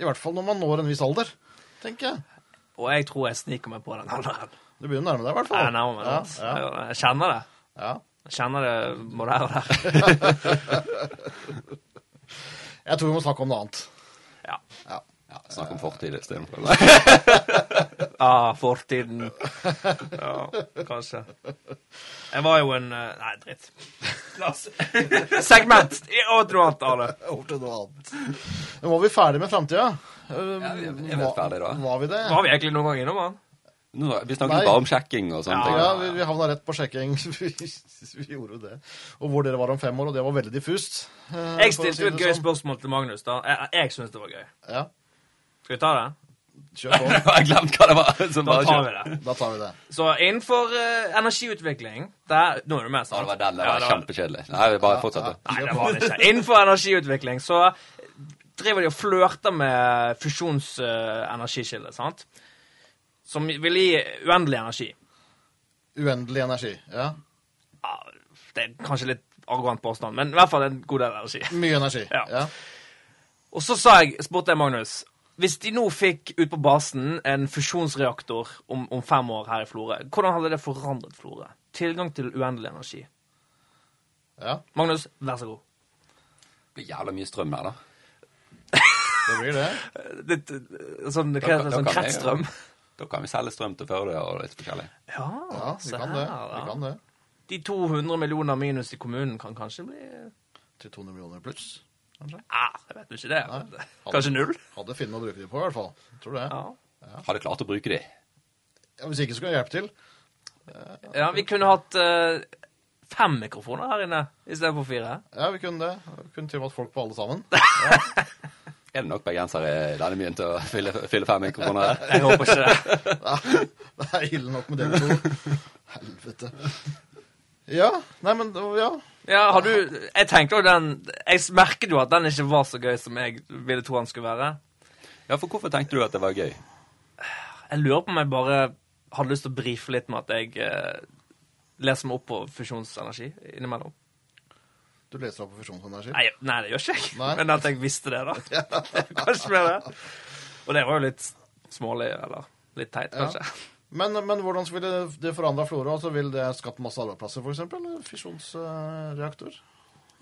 Speaker 1: I hvert fall når man når en viss alder, tenker jeg.
Speaker 2: Og jeg tror jeg sniker meg på den alderen.
Speaker 1: Du begynner å nærme deg, i hvert fall.
Speaker 2: Jeg nærmer meg det. altså.
Speaker 1: Ja,
Speaker 2: Jeg- Jeg kjenner det.
Speaker 1: ja, ja.
Speaker 2: Jeg kjenner det både her og der.
Speaker 1: Jeg tror vi må snakke om noe annet.
Speaker 2: Ja.
Speaker 1: Ja.
Speaker 3: Ja, snakk om fortid istedenfor.
Speaker 2: Ah, fortiden. Ja, kanskje. Jeg var jo en eh, Nei, dritt. La oss Segment! Og noe annet, Arne.
Speaker 1: Over til noe annet. Nå var vi ferdig med framtida.
Speaker 3: Ja, vi er- vi er vel ferdig da.
Speaker 1: Var vi det?
Speaker 2: Var vi egentlig noen gang innom han?
Speaker 3: Nå, vi snakket
Speaker 1: Nei.
Speaker 3: bare om sjekking og sånne
Speaker 2: Ja,
Speaker 1: Ja,
Speaker 3: ting.
Speaker 1: vi, vi havna rett på sjekking. vi, vi gjorde jo det. Og hvor dere var om fem år, og det var veldig diffust. eh,
Speaker 2: Jeg
Speaker 1: for å
Speaker 2: stilte jo
Speaker 1: si det
Speaker 2: et gøy
Speaker 1: sånn.
Speaker 2: spørsmål til Magnus, da. Jeg, jeg syns det var gøy.
Speaker 1: Ja,
Speaker 2: Skal vi ta det?
Speaker 1: kjør på.
Speaker 3: Jeg har glemt hva det var. Som
Speaker 2: Da
Speaker 3: bare
Speaker 2: tar
Speaker 3: kjøpte.
Speaker 2: vi det.
Speaker 1: Da tar vi det.
Speaker 2: Så innenfor eh, energiutvikling der, Nå er du med,
Speaker 3: Ja,
Speaker 2: sant?
Speaker 3: det var den. Det
Speaker 2: Ja,
Speaker 3: var kjempekjedelig. Nei, vi bare fortsatte.
Speaker 2: Nei, det var det ikke. Innenfor energiutvikling så driver de og flørter med fusjonsenergikilder, sant? Som vil gi uendelig energi.
Speaker 1: Uendelig energi. Ja.
Speaker 2: Ja, det er kanskje litt arrogant påstand, men i hvert fall en god del energi.
Speaker 1: Mye energi.
Speaker 2: Ja.
Speaker 1: Ja.
Speaker 2: Og så sa jeg, spurte jeg Magnus Hvis de nå fikk ut på basen en fusjonsreaktor om, om fem år her i Florø, hvordan hadde det forandret Florø? Tilgang til uendelig energi.
Speaker 1: ja.
Speaker 2: Magnus, vær så god.
Speaker 3: Det blir jævla mye strøm her, da.
Speaker 1: Det blir det.
Speaker 2: Litt eh, sånn, hva heter det, sånn
Speaker 3: Da kan jeg, ja.
Speaker 2: kretsstrøm?
Speaker 3: Da kan vi selge strøm til Førde og litt forskjellig.
Speaker 2: Ja,
Speaker 1: Ja, vi
Speaker 2: se
Speaker 1: kan
Speaker 2: her,
Speaker 1: det. Vi
Speaker 2: ja.
Speaker 1: kan det.
Speaker 2: De 200 millioner minus i kommunen kan kanskje bli
Speaker 1: Til 200 millioner pluss.
Speaker 2: ah, Jeg vet jo ikke det. men-
Speaker 1: Nei.
Speaker 2: Kanskje null?
Speaker 1: Hadde funnet å bruke de på, i hvert fall. Tror det.
Speaker 2: Ja.
Speaker 3: Hadde klart å bruke de.
Speaker 1: Ja, Hvis ikke skulle jeg hjelpe til.
Speaker 2: ja, vi kunne hatt eh, fem mikrofoner her inne istedenfor fire.
Speaker 1: Ja, vi kunne det. Vi kunne tilmålt folk på alle sammen.
Speaker 3: Er det nok bergensere i denne byen til å fylle, fylle fem mikrofoner her?
Speaker 2: Jeg håper ikke det.
Speaker 1: Ja, det er ille nok med dere to. Helvete. Ja. Nei, men ja.
Speaker 2: Ja, har du Jeg tenkte jo den Jeg merket jo at den ikke var så gøy som jeg ville tro den skulle være.
Speaker 3: Ja, for hvorfor tenkte du at det var gøy?
Speaker 2: Jeg lurer på om jeg bare hadde lyst til å brife litt med at jeg eh, leser meg opp på fusjonsenergi innimellom.
Speaker 1: Du leser opp på fusjonsenergi?
Speaker 2: Nei, nei, det gjør ikke jeg.
Speaker 1: Nei.
Speaker 2: Men at jeg visste det, da. Kanskje mer det. Og det var jo litt smålig, eller litt teit,
Speaker 1: Ja.
Speaker 2: kanskje.
Speaker 1: Men, men hvordan ville det forandra flora? Altså, ville det skapt masse arbeidsplasser, f.eks.? Eller fisjonsreaktor?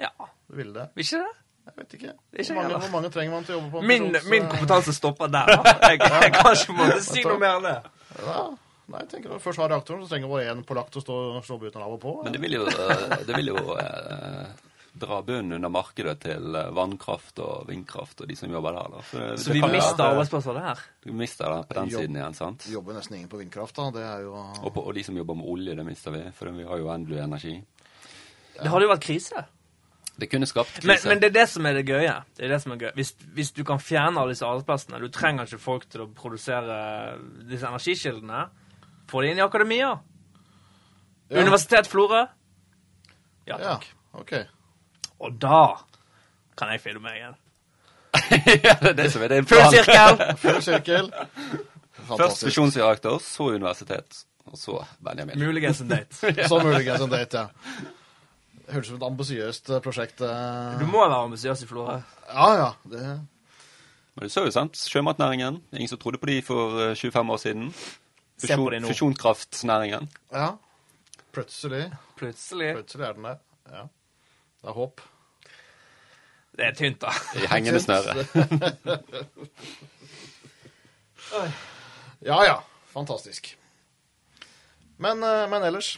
Speaker 2: Ja,
Speaker 1: Ville det?
Speaker 2: vil ikke det?
Speaker 1: Jeg vet ikke.
Speaker 2: Ikke
Speaker 1: Hvor mange,
Speaker 2: heller.
Speaker 1: hvor mange trenger man til å jobbe på en
Speaker 2: Min,
Speaker 1: fisjons-
Speaker 2: min kompetanse stopper der. da. Jeg, jeg kan ikke måtte si noe mer enn det.
Speaker 1: Eh, Ja. Nei, jeg tenker når vi først har reaktoren, så trenger bare én polakk til å stå, stå uten av og på.
Speaker 3: Men det vil jo, eh, det vil jo eh, dra bunnen under markedet til eh, vannkraft og vindkraft og de som jobber der. Da. Så, det
Speaker 2: Så vi
Speaker 3: kan jo
Speaker 2: mister
Speaker 3: være- eh,
Speaker 2: arbeidsplasser der.
Speaker 3: Vi mister det på den
Speaker 1: Jobb.
Speaker 3: siden igjen, sant?
Speaker 1: Det jobber nesten ingen på vindkraft, da. Det er jo
Speaker 3: Og, på, og de som jobber med olje, det mister vi, for vi har jo endelig energi.
Speaker 2: Det hadde jo vært krise.
Speaker 3: Det kunne skapt
Speaker 2: Men,
Speaker 3: krise.
Speaker 2: men det er det som er det gøye. Det er det som er gøy. Hvis, hvis du kan fjerne alle disse arbeidsplassene Du trenger ikke folk til å produsere disse energikildene. Få det inn i akademia.
Speaker 1: Ja.
Speaker 2: Universitet Florø. Ja
Speaker 1: Ja,
Speaker 2: takk.
Speaker 1: OK.
Speaker 2: Og da kan jeg filme meg igjen.
Speaker 3: ja, det er det som er det.
Speaker 2: Full sirkel!
Speaker 1: Full sirkel.
Speaker 3: Først
Speaker 1: Fantastisk.
Speaker 3: fusjonsreaktor, så universitet, og så Benjamin.
Speaker 2: Muligens en date.
Speaker 1: Så Sånn muligens en date, ja. Høres ut som et ambisiøst eh, prosjekt. eh.
Speaker 2: Du må være ambisiøs i Florø.
Speaker 1: Ja, ja. Det
Speaker 3: Men du så jo, sant? Sjømatnæringen. Ingen som trodde på de for eh, 25 år siden.
Speaker 2: Se på de
Speaker 3: Fusjon,
Speaker 2: nå.
Speaker 3: fusjonskraftnæringen.
Speaker 1: Ja. Plutselig.
Speaker 2: Plutselig.
Speaker 1: Plutselig er den der. Ja. Det er håp.
Speaker 2: Det er tynt, da.
Speaker 3: I hengende snøre.
Speaker 1: Ja ja. Fantastisk. Men, eh, men ellers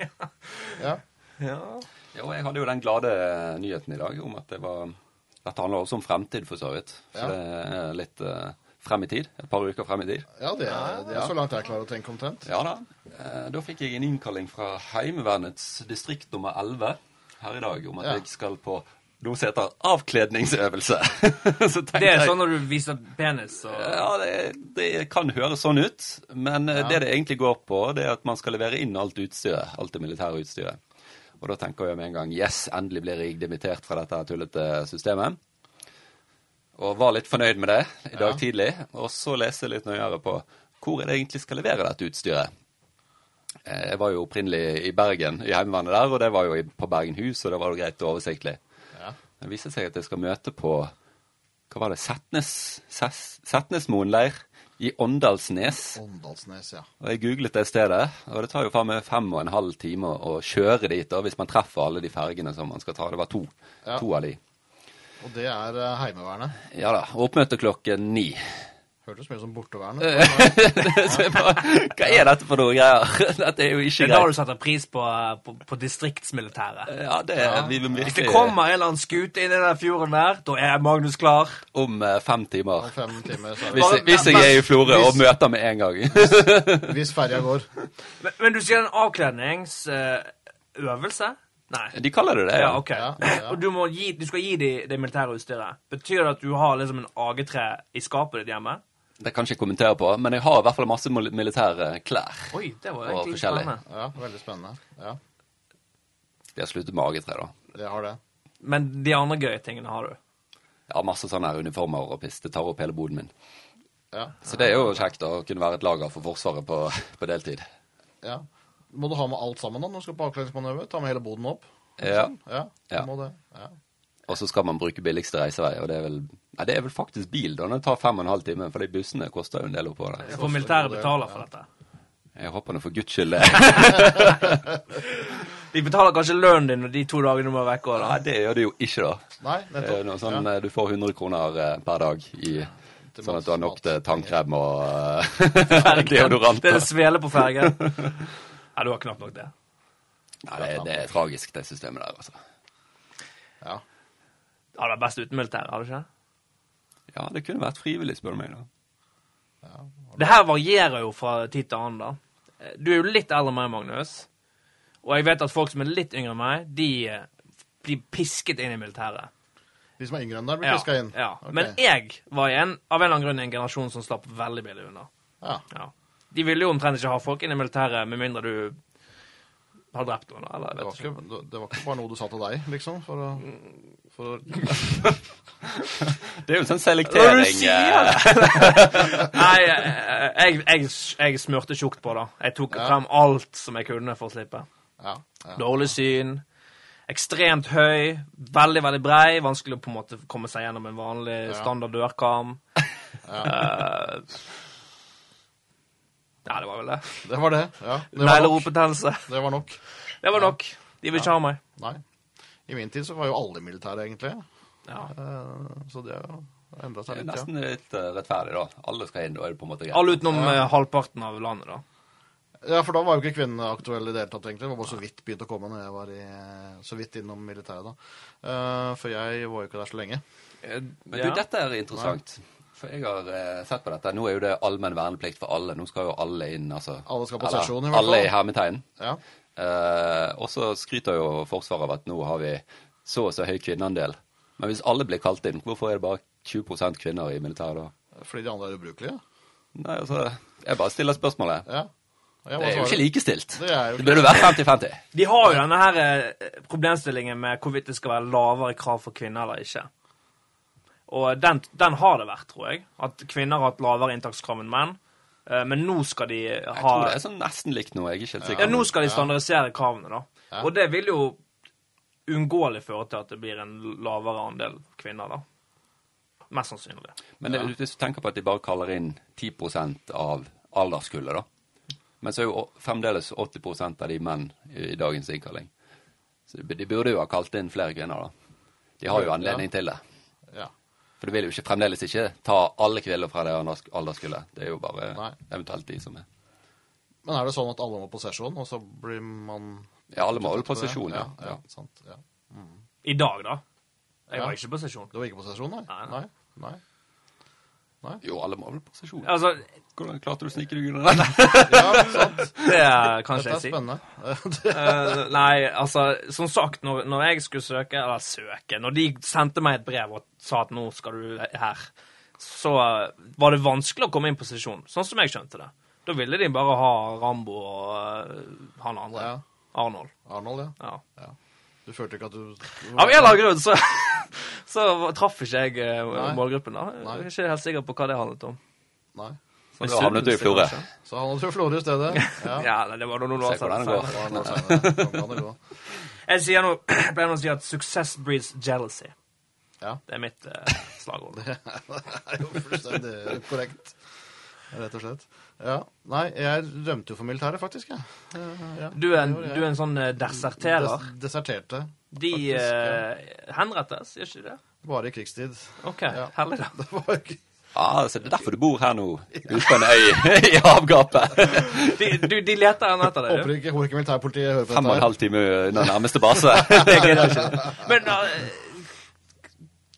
Speaker 1: Ja.
Speaker 2: Ja.
Speaker 3: Jo, jeg hadde jo den glade eh, nyheten i dag om at det var Dette handler også om fremtid, for så vidt. Så
Speaker 1: Ja.
Speaker 3: det er litt eh, frem i tid. Et par uker frem i tid.
Speaker 1: ja, det er, det er så langt jeg klarer å tenke omtrent.
Speaker 3: Ja da. Eh, Da fikk jeg en innkalling fra Heimevernets distrikt nummer 11 her i dag om at
Speaker 1: Ja.
Speaker 3: jeg skal på noe som heter avkledningsøvelse. så tenkte
Speaker 2: Det er
Speaker 3: jeg
Speaker 2: sånn når du viser penis og
Speaker 3: ja, det, det kan høres sånn ut, men eh, det det egentlig går på, det er at man skal levere inn alt utstyret, alt det militære utstyret. Og da tenker jeg med en gang yes, endelig blir jeg dimittert fra dette tullete systemet. Og var litt fornøyd med det i dag
Speaker 1: Ja.
Speaker 3: tidlig. Og så leste jeg litt nøyere på hvor er det egentlig skal levere dette utstyret. Eh, Jeg var jo opprinnelig i Bergen, i Heimevernet der, og det var jo i- på Bergenhus, og da var det greit og oversiktlig.
Speaker 1: Ja.
Speaker 3: Det viser seg at jeg skal møte på hva var det, Setnes, Ses- Setnesmoen leir i Åndalsnes.
Speaker 1: Åndalsnes, ja.
Speaker 3: Og Jeg googlet det stedet, og det tar jo faen meg fem og en halv time å kjøre dit da, hvis man treffer alle de fergene som man skal ta. Det var to,
Speaker 1: Ja.
Speaker 3: to av de.
Speaker 1: Og det er eh, Heimevernet.
Speaker 3: Ja da. Oppmøte klokken ni.
Speaker 1: Hørtes mye ut som bortevernet.
Speaker 3: Så jeg bare, Hva er dette for noe greier? Dette er jo
Speaker 2: Det
Speaker 3: ikke
Speaker 2: er da du
Speaker 3: greit.
Speaker 2: setter pris på, på, på distriktsmilitæret.
Speaker 3: Ja, det er vi vil
Speaker 2: Hvis det
Speaker 3: virkelig
Speaker 2: kommer en eller annen skute inn i den fjorden der, da er Magnus klar.
Speaker 3: om eh, fem timer.
Speaker 1: Om fem timer, så er
Speaker 3: Hvis jeg, hvis jeg er i Florø og møter med en gang.
Speaker 1: det. Hvis ferja går.
Speaker 2: Men, men du sier en avkledningsøvelse? Nei.
Speaker 3: De kaller det det.
Speaker 2: Ja, ok.
Speaker 1: Ja, ja.
Speaker 2: Og du, må gi, du skal gi de det militære utstyret. Betyr det at du har liksom en AG3 i skapet ditt hjemme?
Speaker 3: Det kan ikke jeg kommentere på, men jeg har i hvert fall masse mil- militære klær.
Speaker 2: Oi, det var
Speaker 3: Og
Speaker 2: egentlig
Speaker 3: forskjellig.
Speaker 2: spennende.
Speaker 1: Ja, veldig spennende. Ja,
Speaker 3: De har sluttet med AG3, da.
Speaker 1: det har det.
Speaker 2: Men de andre gøye tingene har du.
Speaker 3: Jeg har masse sånne her uniformer og piss. Det tar opp hele boden min.
Speaker 1: Ja,
Speaker 3: Så det er jo kjekt da, å kunne være et lager for Forsvaret på, på deltid.
Speaker 1: ja. Må du ha med alt sammen da, når du skal på avkledningsmanøver? Ta med hele boden opp?
Speaker 3: Ja.
Speaker 1: Ja, du
Speaker 3: Ja.
Speaker 1: må det. Ja.
Speaker 3: Og så skal man bruke billigste reisevei, og det er vel Nei, det er vel faktisk bil, da. når Det tar fem og en halv time, for de bussene koster jo en del oppå der.
Speaker 2: For militæret betaler for dette.
Speaker 3: Jeg håper nå for guds skyld det.
Speaker 2: De betaler kanskje lønnen din når de to dagene du må være vekke.
Speaker 3: Nei,
Speaker 2: da.
Speaker 3: det gjør de jo ikke, da.
Speaker 1: Nei,
Speaker 3: Det er jo
Speaker 1: nettopp.
Speaker 3: noe sånn,
Speaker 1: ja.
Speaker 3: eh, Du får 100 kroner eh, per dag i
Speaker 1: Til
Speaker 3: Sånn at du har nok
Speaker 1: mat-
Speaker 3: til tannkrem og eh, deodorant.
Speaker 2: Det er
Speaker 3: og-
Speaker 2: det svele på fergen. Nei, du har knapt nok det.
Speaker 3: Nei, det, det er tragisk, det systemet der, altså.
Speaker 1: Ja.
Speaker 2: Det hadde vært best uten militæret, hadde det ikke?
Speaker 3: Ja, det kunne vært frivillig, spør du meg. da.
Speaker 2: Det her varierer jo fra tid til annen, da. Eh, Du er jo litt eldre enn meg, Magnus. Og jeg vet at folk som er litt yngre enn meg, de eh, blir pisket inn i militæret.
Speaker 1: De som er yngre enn deg, blir
Speaker 2: Ja,
Speaker 1: piska inn?
Speaker 2: ja.
Speaker 1: Ok.
Speaker 2: Men jeg var i en, av en eller annen grunn i en generasjon som slapp veldig billig unna.
Speaker 1: ja.
Speaker 2: Ja. De ville jo omtrent ikke ha folk inn i militæret med mindre du har drept noen. Eller, jeg
Speaker 1: Det, var
Speaker 2: vet ikke.
Speaker 1: ikke, det var ikke bare noe du sa til deg, liksom? For å, for å,
Speaker 3: Det er jo en sånn
Speaker 2: Hva er det
Speaker 3: selektering.
Speaker 2: du sier?
Speaker 3: eh,
Speaker 2: Nei, jeg, jeg, jeg, jeg smurte tjukt på, da. Jeg tok
Speaker 1: Ja.
Speaker 2: frem alt som jeg kunne for å slippe.
Speaker 1: ja, ja.
Speaker 2: Dårlig syn. Ekstremt høy. Veldig, veldig brei. Vanskelig å på en måte komme seg gjennom en vanlig
Speaker 1: Ja.
Speaker 2: standard dørkam. Eh, ja, det var vel det.
Speaker 1: Det var det. Ja. Det var nok.
Speaker 2: Neglerotbetennelse.
Speaker 1: Det var nok.
Speaker 2: Det var nok. De vil ikke ha meg.
Speaker 1: Nei. I min tid så var jo alle militære, egentlig.
Speaker 2: Ja.
Speaker 1: Eh, Så det har jo endra
Speaker 3: Det
Speaker 1: seg
Speaker 3: er
Speaker 1: litt, ja.
Speaker 3: nesten litt eh, rettferdig, da. Alle skal inn, da er det på en måte greit.
Speaker 2: Alle utenom eh, halvparten av landet, da.
Speaker 1: Ja, for da var jo ikke kvinnene aktuelle i det hele tatt, egentlig. Det var bare så vidt begynt å komme når jeg var i, så vidt innom militæret, da. Eh, for jeg var jo ikke der så lenge.
Speaker 3: Men du, dette er interessant. For jeg har eh, sett på dette. Nå er jo det allmenn verneplikt for alle. Nå skal jo alle inn, altså.
Speaker 1: Alle skal på
Speaker 3: Eller,
Speaker 1: sesjon, i hvert fall.
Speaker 3: Alle i hermetegn.
Speaker 1: Ja.
Speaker 3: Eh, og så skryter jo Forsvaret av at nå har vi så og så høy kvinneandel. Men hvis alle blir kalt inn, hvorfor er det bare 20 kvinner i militæret da?
Speaker 1: Fordi de andre er ubrukelige.
Speaker 3: Nei, altså, jeg bare stiller spørsmålet.
Speaker 1: Ja. Og jeg
Speaker 3: Det er jo
Speaker 1: var
Speaker 3: ikke
Speaker 1: svaret.
Speaker 3: likestilt.
Speaker 1: Det er jo
Speaker 3: Det burde vært 50-50.
Speaker 2: De har jo denne her eh, problemstillingen med hvorvidt det skal være lavere krav for kvinner eller ikke. Og den, den har det vært, tror jeg. At kvinner har hatt lavere inntakskrav enn menn. Eh, Men nå skal de
Speaker 3: Jeg
Speaker 2: ha
Speaker 3: tror det er sånn nesten likt nå. Jeg er ikke helt
Speaker 2: Ja,
Speaker 3: sikker.
Speaker 2: nå skal de standardisere kravene, da.
Speaker 1: Ja.
Speaker 2: Og det vil jo uunngåelig føre til at det blir en lavere andel kvinner, da. Mest sannsynlig.
Speaker 3: Men det, hvis du tenker på at de bare kaller inn 10 av alderskullet, da. Men så er jo å- fremdeles 80 av de menn i, i dagens innkalling. Så de, de burde jo ha kalt inn flere kvinner, da. De har jo anledning til det.
Speaker 1: Ja.
Speaker 3: For du vil jo ikke, fremdeles ikke ta alle kvinner fra det alders- alderskullet. Det er jo bare
Speaker 1: Nei.
Speaker 3: eventuelt de som er
Speaker 1: Men er det sånn at alle må på sesjon, og så blir man
Speaker 3: Ja, alle må holde på sesjon, ja.
Speaker 1: ja,
Speaker 3: ja.
Speaker 1: sant, ja.
Speaker 2: I dag, da. Jeg
Speaker 1: Ja.
Speaker 2: var ikke på sesjon.
Speaker 1: Du var ikke på sesjon, nei?
Speaker 2: Nei,
Speaker 1: Nei.
Speaker 2: nei.
Speaker 1: nei.
Speaker 3: Jo, alle må holde på sesjon.
Speaker 2: Altså,
Speaker 3: Hvordan klarte du å snike deg unna den?
Speaker 1: Ja, sant.
Speaker 2: det
Speaker 1: Dette
Speaker 2: kan ikke
Speaker 1: er
Speaker 2: jeg si.
Speaker 1: spennende.
Speaker 2: Eh, nei, altså, som sagt, når, når jeg skulle søke, eller søke Når de sendte meg et brev og sa at nå skal du her, så eh, var det vanskelig å komme inn på sesjon, sånn som jeg skjønte det. Da ville de bare ha Rambo og eh, han andre.
Speaker 1: Ja.
Speaker 2: Arnold.
Speaker 1: Arnold, ja.
Speaker 2: Ja.
Speaker 1: ja. Du følte ikke at du
Speaker 2: Av en eller annen grunn så, så traff ikke jeg eh,
Speaker 1: Nei.
Speaker 2: målgruppen. da.
Speaker 1: Nei.
Speaker 2: Jeg er ikke helt sikker på hva det handlet om.
Speaker 1: Nei.
Speaker 3: Så da havnet du i Florø.
Speaker 2: Misunnelse, kanskje?
Speaker 1: Så han hadde jo Florø i stedet. Ja.
Speaker 2: Ja, nei, det var noen år
Speaker 3: Se hvordan det
Speaker 2: siden.
Speaker 3: går.
Speaker 1: Det var noe senere. Sånn kan det gå.
Speaker 2: Jeg sier nå- jeg pleier nå å si at 'success breeds jealousy'.
Speaker 1: Ja.
Speaker 2: Det er mitt eh, slagord.
Speaker 1: Det er jo fullstendig korrekt. Rett og slett. Ja. Nei, jeg rømte jo for militæret, faktisk. jeg. Eh, Ja.
Speaker 2: Du er en,
Speaker 1: Det gjorde jeg.
Speaker 2: du er en sånn eh, deserterer.
Speaker 1: Des deserterte.
Speaker 2: De
Speaker 1: faktisk, ja.
Speaker 2: eh, henrettes, gjør ikke det?
Speaker 1: Bare i krigstid.
Speaker 2: OK,
Speaker 1: Ja.
Speaker 2: herlig, da.
Speaker 1: Det var ikke
Speaker 3: Ja, Ah, så det er derfor du bor her nå, ute på en øy i havgapet.
Speaker 2: De, du, de leter ennå etter deg,
Speaker 1: Håper
Speaker 2: du.
Speaker 1: ikke, håper ikke militærpolitiet hører på
Speaker 3: Fem
Speaker 1: dette.
Speaker 3: og en
Speaker 1: her.
Speaker 3: halv time unna nærmeste base. Det gidder jeg ikke.
Speaker 2: Men eh,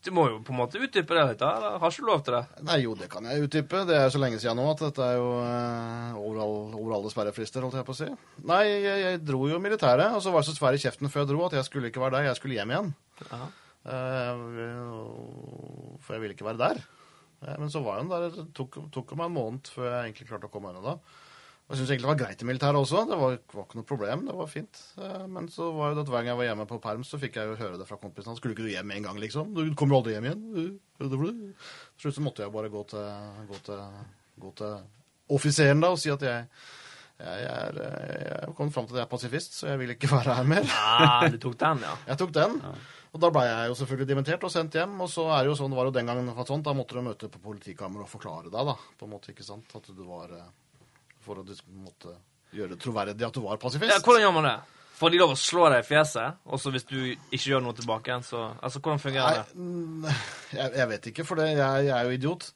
Speaker 2: du må jo på en måte utdype det litt, da. eller? Har ikke du lov til det?
Speaker 1: Nei, jo, det kan jeg utdype. Det er så lenge siden nå at dette er jo eh, over, all, over alle sperrefrister, holdt jeg på å si. Nei, jeg, jeg dro jo i militæret, og så var det så svær i kjeften før jeg dro at jeg skulle ikke være der, jeg skulle hjem igjen.
Speaker 2: Ja.
Speaker 1: Eh, for jeg ville ikke være der. Eh, men så var hun der, det tok, tok meg en måned før jeg egentlig klarte å komme henne da. Og Jeg syns egentlig det var greit i militæret også. Det var, var ikke noe problem. Det var fint. Eh, Men så var det at hver gang jeg var hjemme på perm, så fikk jeg jo høre det fra kompisen hans. Skulle ikke du hjem med en gang, liksom? Du kommer jo aldri hjem igjen. Du- du- du- Til slutt så måtte jeg bare gå til, gå til, gå til offiseren da og si at jeg, jeg, er, eh, jeg kom fram til at jeg er pasifist, så jeg vil ikke være her mer.
Speaker 2: Ah, du tok den, ja.
Speaker 1: Jeg tok den. Og da ble jeg jo selvfølgelig dimittert og sendt hjem. Og så er det jo sånn, det var jo den gangen at sånn, da måtte du møte på politikammer og forklare deg, da. På en måte, ikke sant? At du var eh, For å liksom, måtte gjøre det troverdig at du var pasifist.
Speaker 2: ja. Hvordan gjør man det? Får de lov å slå deg i fjeset? Og så hvis du ikke gjør noe tilbake igjen, så Altså, hvordan fungerer det?
Speaker 1: Nei, mm, jeg, jeg vet ikke, for det, jeg, jeg er jo idiot.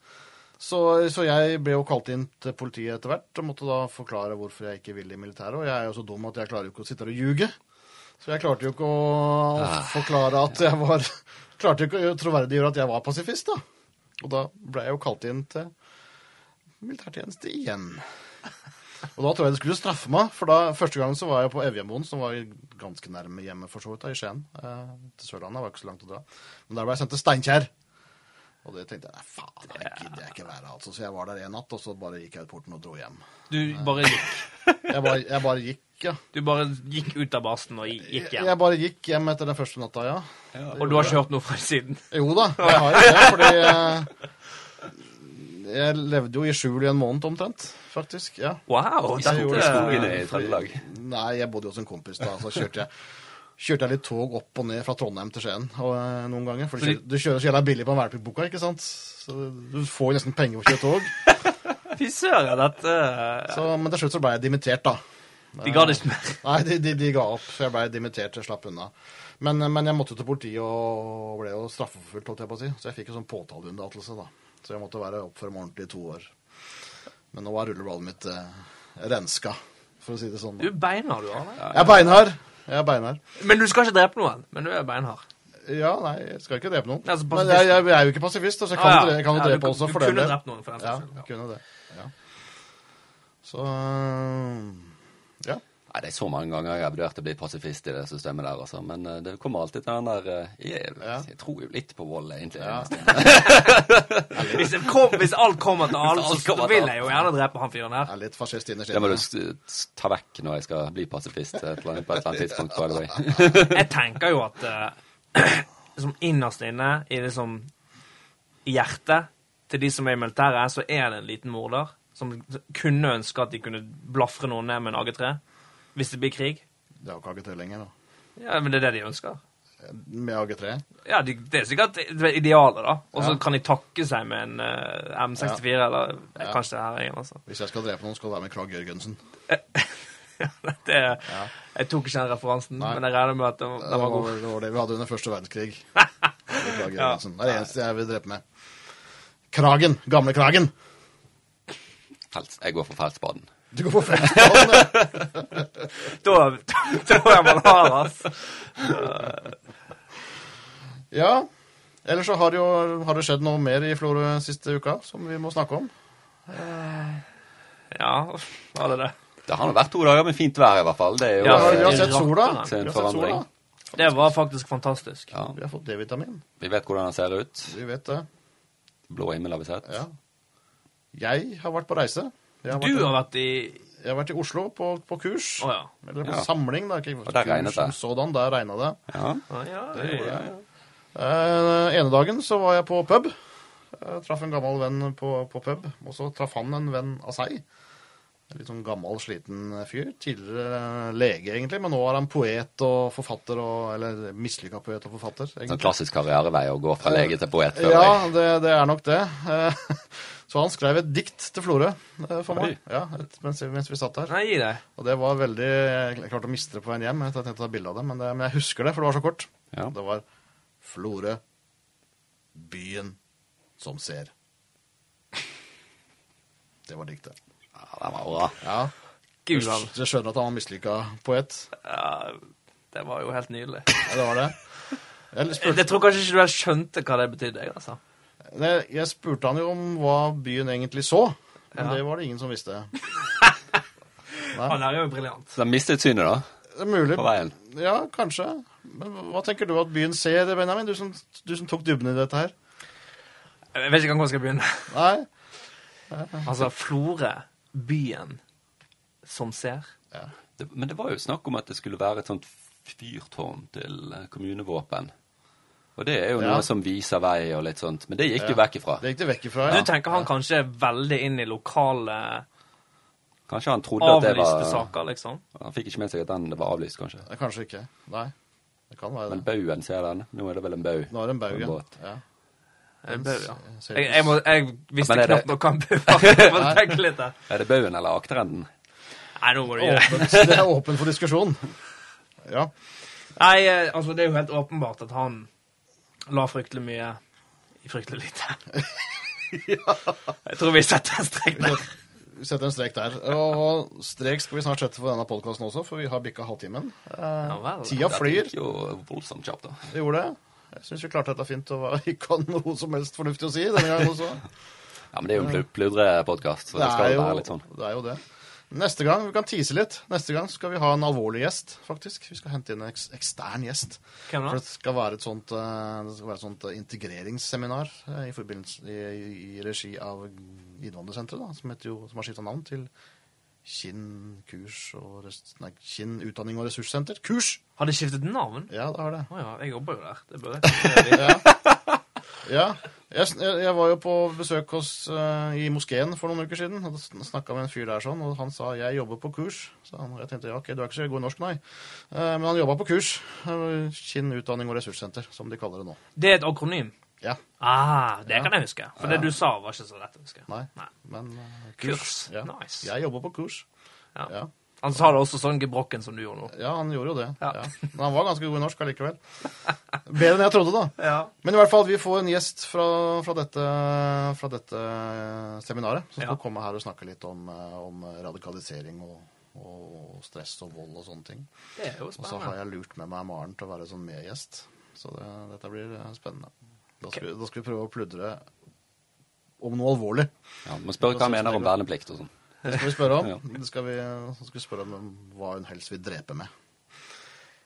Speaker 1: Så, så jeg ble jo kalt inn til politiet etter hvert og måtte da forklare hvorfor jeg ikke ville i militæret. Og jeg er jo så dum at jeg klarer jo ikke å sitte her og ljuge. Så jeg klarte jo ikke å forklare at jeg var Klarte jo ikke å troverdiggjøre at jeg var pasifist, da. Og da ble jeg jo kalt inn til militærtjeneste igjen. Og da tror jeg de skulle straffe meg, for da, første gangen så var jeg på Evjemoen, som var ganske nærme hjemme for så vidt, da, i Skien. Eh, til Sørlandet var ikke så langt å dra. Men der ble jeg sendt til Steinkjer. Og det tenkte jeg nei, faen, det gidder jeg ikke være, altså. Så jeg var der en natt, og så bare gikk jeg ut porten og dro hjem.
Speaker 2: Du bare gikk,
Speaker 1: Jeg bare, jeg bare gikk, ja.
Speaker 2: du bare gikk ut av basen og gikk
Speaker 1: Jeg,
Speaker 2: hjem?
Speaker 1: jeg bare gikk hjem etter den første natta, ja.
Speaker 2: Og du har ikke hørt noe fra siden?
Speaker 1: Jo da, jeg har jo det, fordi eh, Jeg levde jo i skjul i en måned omtrent, faktisk. ja.
Speaker 2: Wow!
Speaker 3: I
Speaker 2: dette-
Speaker 3: skogen- i skogen i Trøndelag.
Speaker 1: Nei, jeg bodde jo hos en kompis da, så kjørte jeg, kjørte jeg litt tog opp og ned fra Trondheim til Skien og, eh, noen ganger. For du kjører- du kjører så jævla billig på værpliktsboka, ikke sant? Så du får jo nesten penger for å kjøre tog.
Speaker 2: Fy søren, dette
Speaker 1: Så, men til slutt så ble jeg dimittert, da.
Speaker 2: De gadd ikke mer.
Speaker 1: Nei, de, de, de ga opp. så Jeg ble dimittert, jeg slapp unna. Men, eh, men jeg måtte jo til politiet og ble jo straffeforfulgt, holdt jeg på å si. Så jeg fikk jo sånn påtaleunnlatelse, da. Så jeg måtte være oppføre meg ordentlig i to år. Men nå er rullebladet mitt eh, renska, for å si det sånn. da.
Speaker 2: Du er beinhard, du, Arne.
Speaker 1: Jeg er beinhard. Jeg er beinhard.
Speaker 2: Men du skal ikke drepe noen. Men du er beinhard.
Speaker 1: Ja, nei, jeg skal ikke drepe noen.
Speaker 2: Nei, altså,
Speaker 1: men jeg, jeg, jeg er jo ikke pasifist, da, så jeg kan,
Speaker 2: Ah,
Speaker 1: dre- jeg kan jo
Speaker 2: Ja, du-
Speaker 1: drepe også. for
Speaker 2: Du
Speaker 1: den
Speaker 2: kunne
Speaker 1: del.
Speaker 2: drept noen for den
Speaker 1: Ja,
Speaker 2: saks skyld.
Speaker 1: jeg kunne det. Ja. Så eh, ja.
Speaker 3: Nei, Det er så mange ganger jeg har vurdert å bli pasifist i det systemet der, altså. Men eh, det kommer alltid til den der eh, jeg,
Speaker 1: Ja.
Speaker 3: jeg tror jo litt på vold, egentlig.
Speaker 1: Ja.
Speaker 2: Ja. Hvis, jeg kom, hvis alt kommer til alt,
Speaker 3: alt
Speaker 2: så
Speaker 3: kommer til
Speaker 2: vil
Speaker 3: alt.
Speaker 2: jeg jo gjerne drepe han fyren her.
Speaker 1: Jeg er litt fascist inne i
Speaker 3: Det må du
Speaker 1: skinnet.
Speaker 3: s- s- ta vekk når jeg skal bli pasifist et eller annet, på et eller annet tidspunkt. by the way.
Speaker 2: Jeg tenker jo at eh, liksom innerst inne, i liksom hjertet til de som er i militæret, så er det en liten morder som kunne ønske at de kunne blafre noen ned med en AG3 hvis det blir krig.
Speaker 1: Det er jo ikke AG3 lenger, da.
Speaker 2: Ja, men det er det de ønsker.
Speaker 1: Med AG3?
Speaker 2: Ja, de, det er sikkert det er idealet, da. Og så
Speaker 1: Ja.
Speaker 2: kan de takke seg med en eh, M64 eller eh,
Speaker 1: Ja.
Speaker 2: kanskje det her igjen, altså.
Speaker 1: Hvis jeg skal drepe noen, skal det være med Krag Jørgensen.
Speaker 2: det, Jeg tok ikke den referansen,
Speaker 1: Nei.
Speaker 2: men jeg regner med at den,
Speaker 1: Det
Speaker 2: den
Speaker 1: var,
Speaker 2: var god.
Speaker 1: det var det vi hadde under første verdenskrig. Krag Jørgensen. Det er det eneste jeg vil drepe med. Kragen! Gamle Kragen!
Speaker 3: Fels, jeg går for Felsbaden.
Speaker 1: Du går på fremstallen, ja.
Speaker 2: Da tror jeg man har, altså.
Speaker 1: ja. Ellers så har det jo har det skjedd noe mer i Florø siste uka som vi må snakke om.
Speaker 2: Ja, var det det?
Speaker 3: Det har nå vært to dager med fint vær, i hvert fall. Det er jo
Speaker 2: Ja,
Speaker 1: Ja, vi har
Speaker 3: eh,
Speaker 1: sett sola.
Speaker 2: rakner.
Speaker 1: Vi
Speaker 3: til en
Speaker 1: har sett sola.
Speaker 3: forandring.
Speaker 2: Det var faktisk fantastisk.
Speaker 3: Ja,
Speaker 1: Vi har fått D-vitamin.
Speaker 3: vi vet hvordan den ser ut.
Speaker 1: Vi vet det.
Speaker 3: Blå himmel har vi sett.
Speaker 1: Ja. Jeg har vært på reise. Jeg har
Speaker 2: Du
Speaker 1: vært,
Speaker 2: har vært i
Speaker 1: jeg har vært i Oslo på, på kurs.
Speaker 2: Å ja.
Speaker 1: Eller på
Speaker 3: Ja.
Speaker 1: samling, da. Ikke,
Speaker 3: Og der regnet det.
Speaker 1: som Sådan, der regna det.
Speaker 3: Ja.
Speaker 2: Å, ja,
Speaker 3: Ja,
Speaker 2: ja.
Speaker 3: ja.
Speaker 1: Eh, ene dagen så var jeg på pub. Jeg traff en gammel venn på, på pub, og så traff han en venn av seg. En litt sånn gammel, sliten fyr. Tidligere eh, lege, egentlig, men nå er han poet og forfatter. Og, eller mislykka poet og forfatter. egentlig.
Speaker 3: Sånn klassisk karrierevei å gå fra lege til poet. føler jeg.
Speaker 1: Ja, det, det er nok det. Eh, Så han skrev et dikt til Florø eh, for meg
Speaker 3: Oi.
Speaker 1: ja, et, mens, mens vi satt der.
Speaker 2: Nei, gi deg.
Speaker 1: Og det var veldig Jeg klarte å miste det på veien hjem. Jeg tenkte å ta bilde av det, men, det, men jeg husker det, for det var så kort.
Speaker 3: Ja.
Speaker 1: Det var Florø, byen som ser. Det var diktet.
Speaker 3: Ja, det var bra.
Speaker 1: Ja,
Speaker 2: Gud vel.
Speaker 1: Jeg skjønner at han var mislykka poet.
Speaker 2: Ja, det var jo helt nydelig.
Speaker 1: Ja, det var det. Jeg spurte,
Speaker 2: Jeg tror kanskje ikke du helt skjønte hva det betydde. jeg, altså.
Speaker 1: Nei, jeg spurte han jo om hva byen egentlig så, men
Speaker 2: Ja.
Speaker 1: det var det ingen som visste.
Speaker 2: Han er jo briljant.
Speaker 3: Så de mistet synet, da?
Speaker 1: Det er mulig.
Speaker 3: På veien.
Speaker 1: Ja, kanskje. Men hva tenker du at byen ser, Benjamin? Du som, du som tok dybden i dette her.
Speaker 2: Jeg vet ikke hvor jeg skal begynne.
Speaker 1: Nei?
Speaker 2: Altså, Florø, byen som ser.
Speaker 3: Det, men det var jo snakk om at det skulle være et sånt fyrtårn til eh, kommunevåpen. Og det er jo
Speaker 1: Ja.
Speaker 3: noe som viser vei og litt sånt. Men det gikk
Speaker 1: Ja.
Speaker 3: jo vekk ifra.
Speaker 1: Det gikk det vekk ifra,
Speaker 2: Du
Speaker 1: ja.
Speaker 2: tenker han kanskje er veldig inn i lokale
Speaker 3: Kanskje han trodde at det
Speaker 2: avlyste
Speaker 3: var
Speaker 2: saker, liksom.
Speaker 3: Han fikk ikke med seg at den var avlyst, kanskje.
Speaker 1: Nei, Kanskje ikke. Nei. Det kan være
Speaker 3: Men
Speaker 1: det.
Speaker 3: baugen, ser den. Nå er det vel en baug.
Speaker 1: Nå er det en baug,
Speaker 3: på
Speaker 1: ja.
Speaker 3: båt.
Speaker 1: ja.
Speaker 2: Jeg, bør, ja.
Speaker 1: Ser-
Speaker 2: jeg, jeg, må, jeg visste
Speaker 3: Men er det-
Speaker 2: knapt nok hva han burde få tenke litt der.
Speaker 3: Er det baugen eller akterenden?
Speaker 2: Nei, nå må du gjøre det.
Speaker 1: Åpent. Det er åpent for diskusjon. Ja.
Speaker 2: Nei, eh, altså, det er jo helt åpenbart at han la fryktelig mye i fryktelig lite. Jeg tror vi setter en strek der.
Speaker 1: Vi setter en strek der. Og strek skal vi snart sette for denne podkasten også, for vi har bikka halvtimen. Eh,
Speaker 2: Ja, vel.
Speaker 1: Tida
Speaker 3: Det
Speaker 1: flyr.
Speaker 3: gikk jo voldsomt kjapt, da.
Speaker 1: Vi gjorde det. Jeg syns vi klarte dette fint, og var- ikke hadde noe som helst fornuftig å si denne gangen også.
Speaker 3: Ja, Men det er jo en plu- pludrepodkast, så det, skal jo være litt sånn.
Speaker 1: det er jo det. Neste gang, Vi kan tease litt. Neste gang skal vi ha en alvorlig gjest, faktisk. Vi skal hente inn en eks ekstern gjest.
Speaker 2: Hvem da?
Speaker 1: For det skal være et sånt, eh, det skal være et sånt eh, integreringsseminar eh, i, forbindelse- i, i- i regi av Innvandrersenteret, da, som, heter jo, som har skifta navn til Kinn kurs og rest, nei, Kinn utdanning og ressurssenter. Kurs!
Speaker 2: Har det skiftet navn?
Speaker 1: Ja, det har det.
Speaker 2: Å ja, jeg jobber jo der. Det bør jeg.
Speaker 1: Ja, jeg, sn- jeg jeg var jo på besøk hos, eh, i moskeen for noen uker siden. og Snakka med en fyr der, sånn, og han sa 'jeg jobber på kurs'. Så han, jeg tenkte ja, ok, du er ikke så god i norsk, nei. Eh, Men han jobba på kurs. Eh, Kinn utdanning og ressurssenter, som de kaller det nå.
Speaker 2: Det er et akronym.
Speaker 1: Ja,
Speaker 2: Ah, det kan jeg huske. For det du sa, var ikke så lett å huske.
Speaker 1: nei,
Speaker 2: Nei.
Speaker 1: men eh,
Speaker 2: Kurs.
Speaker 1: Ja.
Speaker 2: Nice.
Speaker 1: Jeg jobber på kurs.
Speaker 2: Ja.
Speaker 1: Ja.
Speaker 2: Han sa det også sånn gebrokken som du gjorde nå.
Speaker 1: ja, han gjorde jo det.
Speaker 2: Ja.
Speaker 1: Ja. Men han var ganske god i norsk allikevel. Bedre enn jeg trodde, da.
Speaker 2: Ja.
Speaker 1: Men i hvert fall, vi får en gjest fra, fra, dette, fra dette seminaret, som skal
Speaker 2: Ja.
Speaker 1: komme her og snakke litt om, eh, om radikalisering og, og stress og vold og sånne ting.
Speaker 2: Det er jo
Speaker 1: Og så har
Speaker 2: spennende.
Speaker 1: jeg lurt med meg Maren til å være sånn medgjest, så det, dette blir eh, spennende. Da skal, vi, da skal vi prøve å pludre om noe alvorlig.
Speaker 3: Ja, Må spørre hva han mener om verneplikt og sånn.
Speaker 1: Det skal vi spørre om.
Speaker 3: Ja.
Speaker 1: Det skal vi, så skal vi spørre om hva hun helst vil drepe med.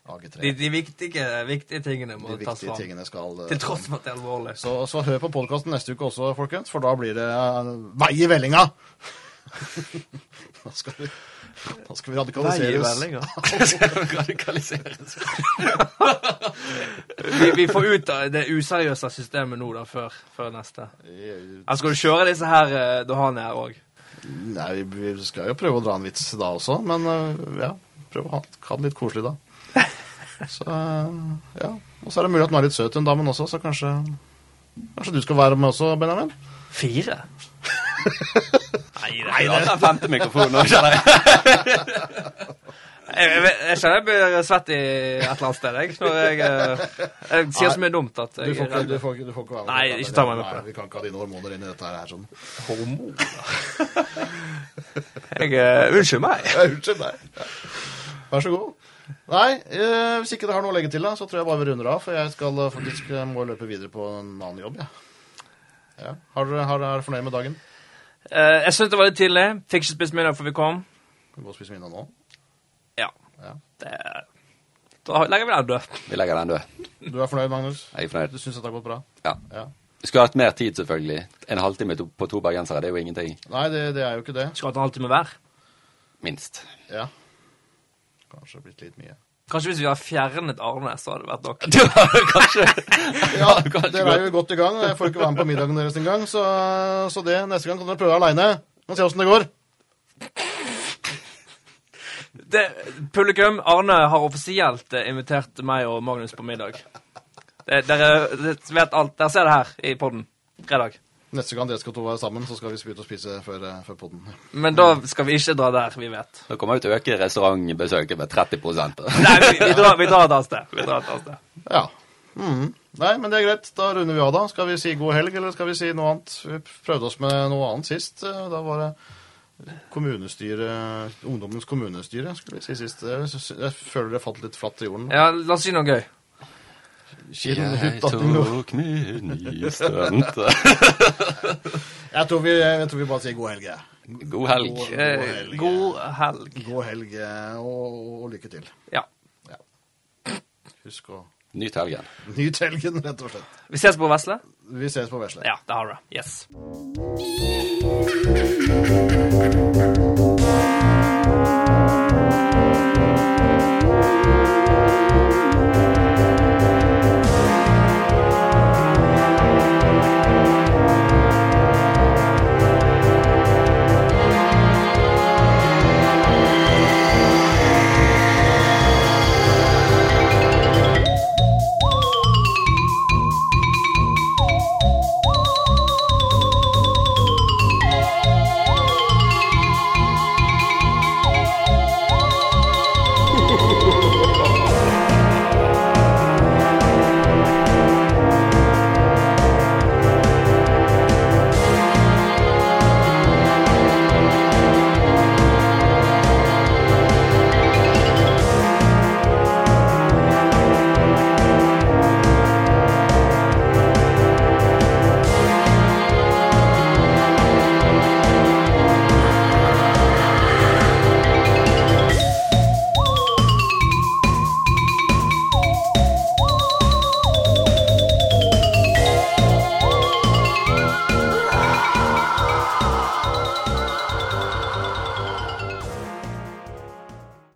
Speaker 1: AG3.
Speaker 2: De, de viktige, viktige tingene må
Speaker 1: De
Speaker 2: tas
Speaker 1: viktige
Speaker 2: fram.
Speaker 1: tingene skal eh,
Speaker 2: Til tross for at det er alvorlig.
Speaker 1: Så, så hør på podkasten neste uke også, folkens, for da blir det eh, vei i vellinga! da, skal vi, da skal vi radikaliseres.
Speaker 3: Radikaliseres.
Speaker 2: Vi, vi får ut av det useriøse systemet nå, da, før, før neste.
Speaker 1: Eh,
Speaker 2: Altså, skal du kjøre disse her eh, da han er her òg?
Speaker 1: Nei, vi vi skal jo prøve å dra en vits da også, men eh, ja, prøv å ha, ha det litt koselig, da. Så eh, ja. Og så er det mulig at den er litt søt, hun damen også, så kanskje Kanskje du skal være med også, Benjamin?
Speaker 2: Fire? Nei, det
Speaker 3: Nei, det er den femte mikrofonen nå, kjenner jeg.
Speaker 2: Jeg, jeg, vet- jeg kjenner jeg blir svett i et eller annet sted, jeg. Når jeg, eh, jeg sier så mye dumt at
Speaker 1: Du
Speaker 2: jeg
Speaker 1: får,
Speaker 2: er
Speaker 1: ikke,
Speaker 2: redd.
Speaker 1: du, får, ikke- du får ikke være med
Speaker 2: Nei,
Speaker 1: på dette.
Speaker 2: ikke ta meg med på
Speaker 1: Nei,
Speaker 2: det.
Speaker 1: Vi kan ikke ha dine hormoner inn i dette her. Sånn.
Speaker 2: Jeg, eh, unnskyld meg.
Speaker 1: Ja, Unnskyld meg. Ja. Vær så god. Nei, eh, hvis ikke det har noe å legge til, da, så tror jeg bare vi runder av. For jeg skal eh, faktisk eh, må løpe videre på en annen jobb, jeg. Ja. Har dere har dere fornøyd med dagen?
Speaker 2: Eh, jeg syntes det var litt tidlig. Fikk ikke spist middag før vi kom.
Speaker 1: Kan vi gå og spise middag nå?
Speaker 2: Ja.
Speaker 1: Ja.
Speaker 2: Det, da legger vi den død.
Speaker 3: Vi legger den død.
Speaker 1: Du er fornøyd, Magnus?
Speaker 3: Jeg
Speaker 1: Du
Speaker 3: er fornøyd.
Speaker 1: syns dette har gått bra?
Speaker 3: Ja.
Speaker 1: Ja.
Speaker 3: Vi skulle hatt mer tid, selvfølgelig. En halvtime to- på to bergensere, det er jo ingenting.
Speaker 1: Nei, det, det er jo ikke det.
Speaker 2: Skulle hatt en halvtime hver.
Speaker 3: Minst.
Speaker 1: Ja. Kanskje det har blitt litt mye.
Speaker 2: Kanskje hvis vi hadde fjernet Arne, så hadde det vært nok.
Speaker 3: Kanskje.
Speaker 1: Ja, Dere er jo godt i gang, og jeg får ikke være med på middagen deres engang. Så, så det, neste gang kan dere prøve aleine. Kan se åssen det går.
Speaker 2: Det, publikum, Arne har offisielt eh, invitert meg og Magnus på middag. Det, dere vet alt. Dere ser det her i podden. Fredag.
Speaker 1: Neste gang dere skal to være sammen, så skal vi ut og spise før, eh, før podden.
Speaker 2: Men da skal vi ikke dra der, vi vet.
Speaker 3: Nå kommer vi til å øke restaurantbesøket med 30
Speaker 2: Nei, vi, vi, drar, vi drar et annet sted. Vi drar et annet sted.
Speaker 1: Ja. Mhm. Nei, men det er greit. Da runder vi av, da. Skal vi si god helg, eller skal vi si noe annet? Vi prøvde oss med noe annet sist. eh, Da var det kommunestyre Ungdommens kommunestyre, skulle vi si sist. Jeg sy- sy- jeg føler det falt litt flatt i jorden.
Speaker 2: Ja, la oss si noe gøy.
Speaker 1: Kinnhut, da, til noe.
Speaker 3: tok min i stunt.
Speaker 1: Jeg tror vi, jeg tror vi bare sier god helg, jeg.
Speaker 3: God helg.
Speaker 2: Eh,
Speaker 1: helg.
Speaker 2: god helg.
Speaker 1: God helg eh, og, og lykke til.
Speaker 2: Ja.
Speaker 1: Ja. Husk å
Speaker 3: Nyt helgen.
Speaker 1: Nyt helgen, rett og slett.
Speaker 2: Vi ses på Vesle?
Speaker 1: Vi ses på Vesle.
Speaker 2: Ja, det har du. Yes.
Speaker 4: Thank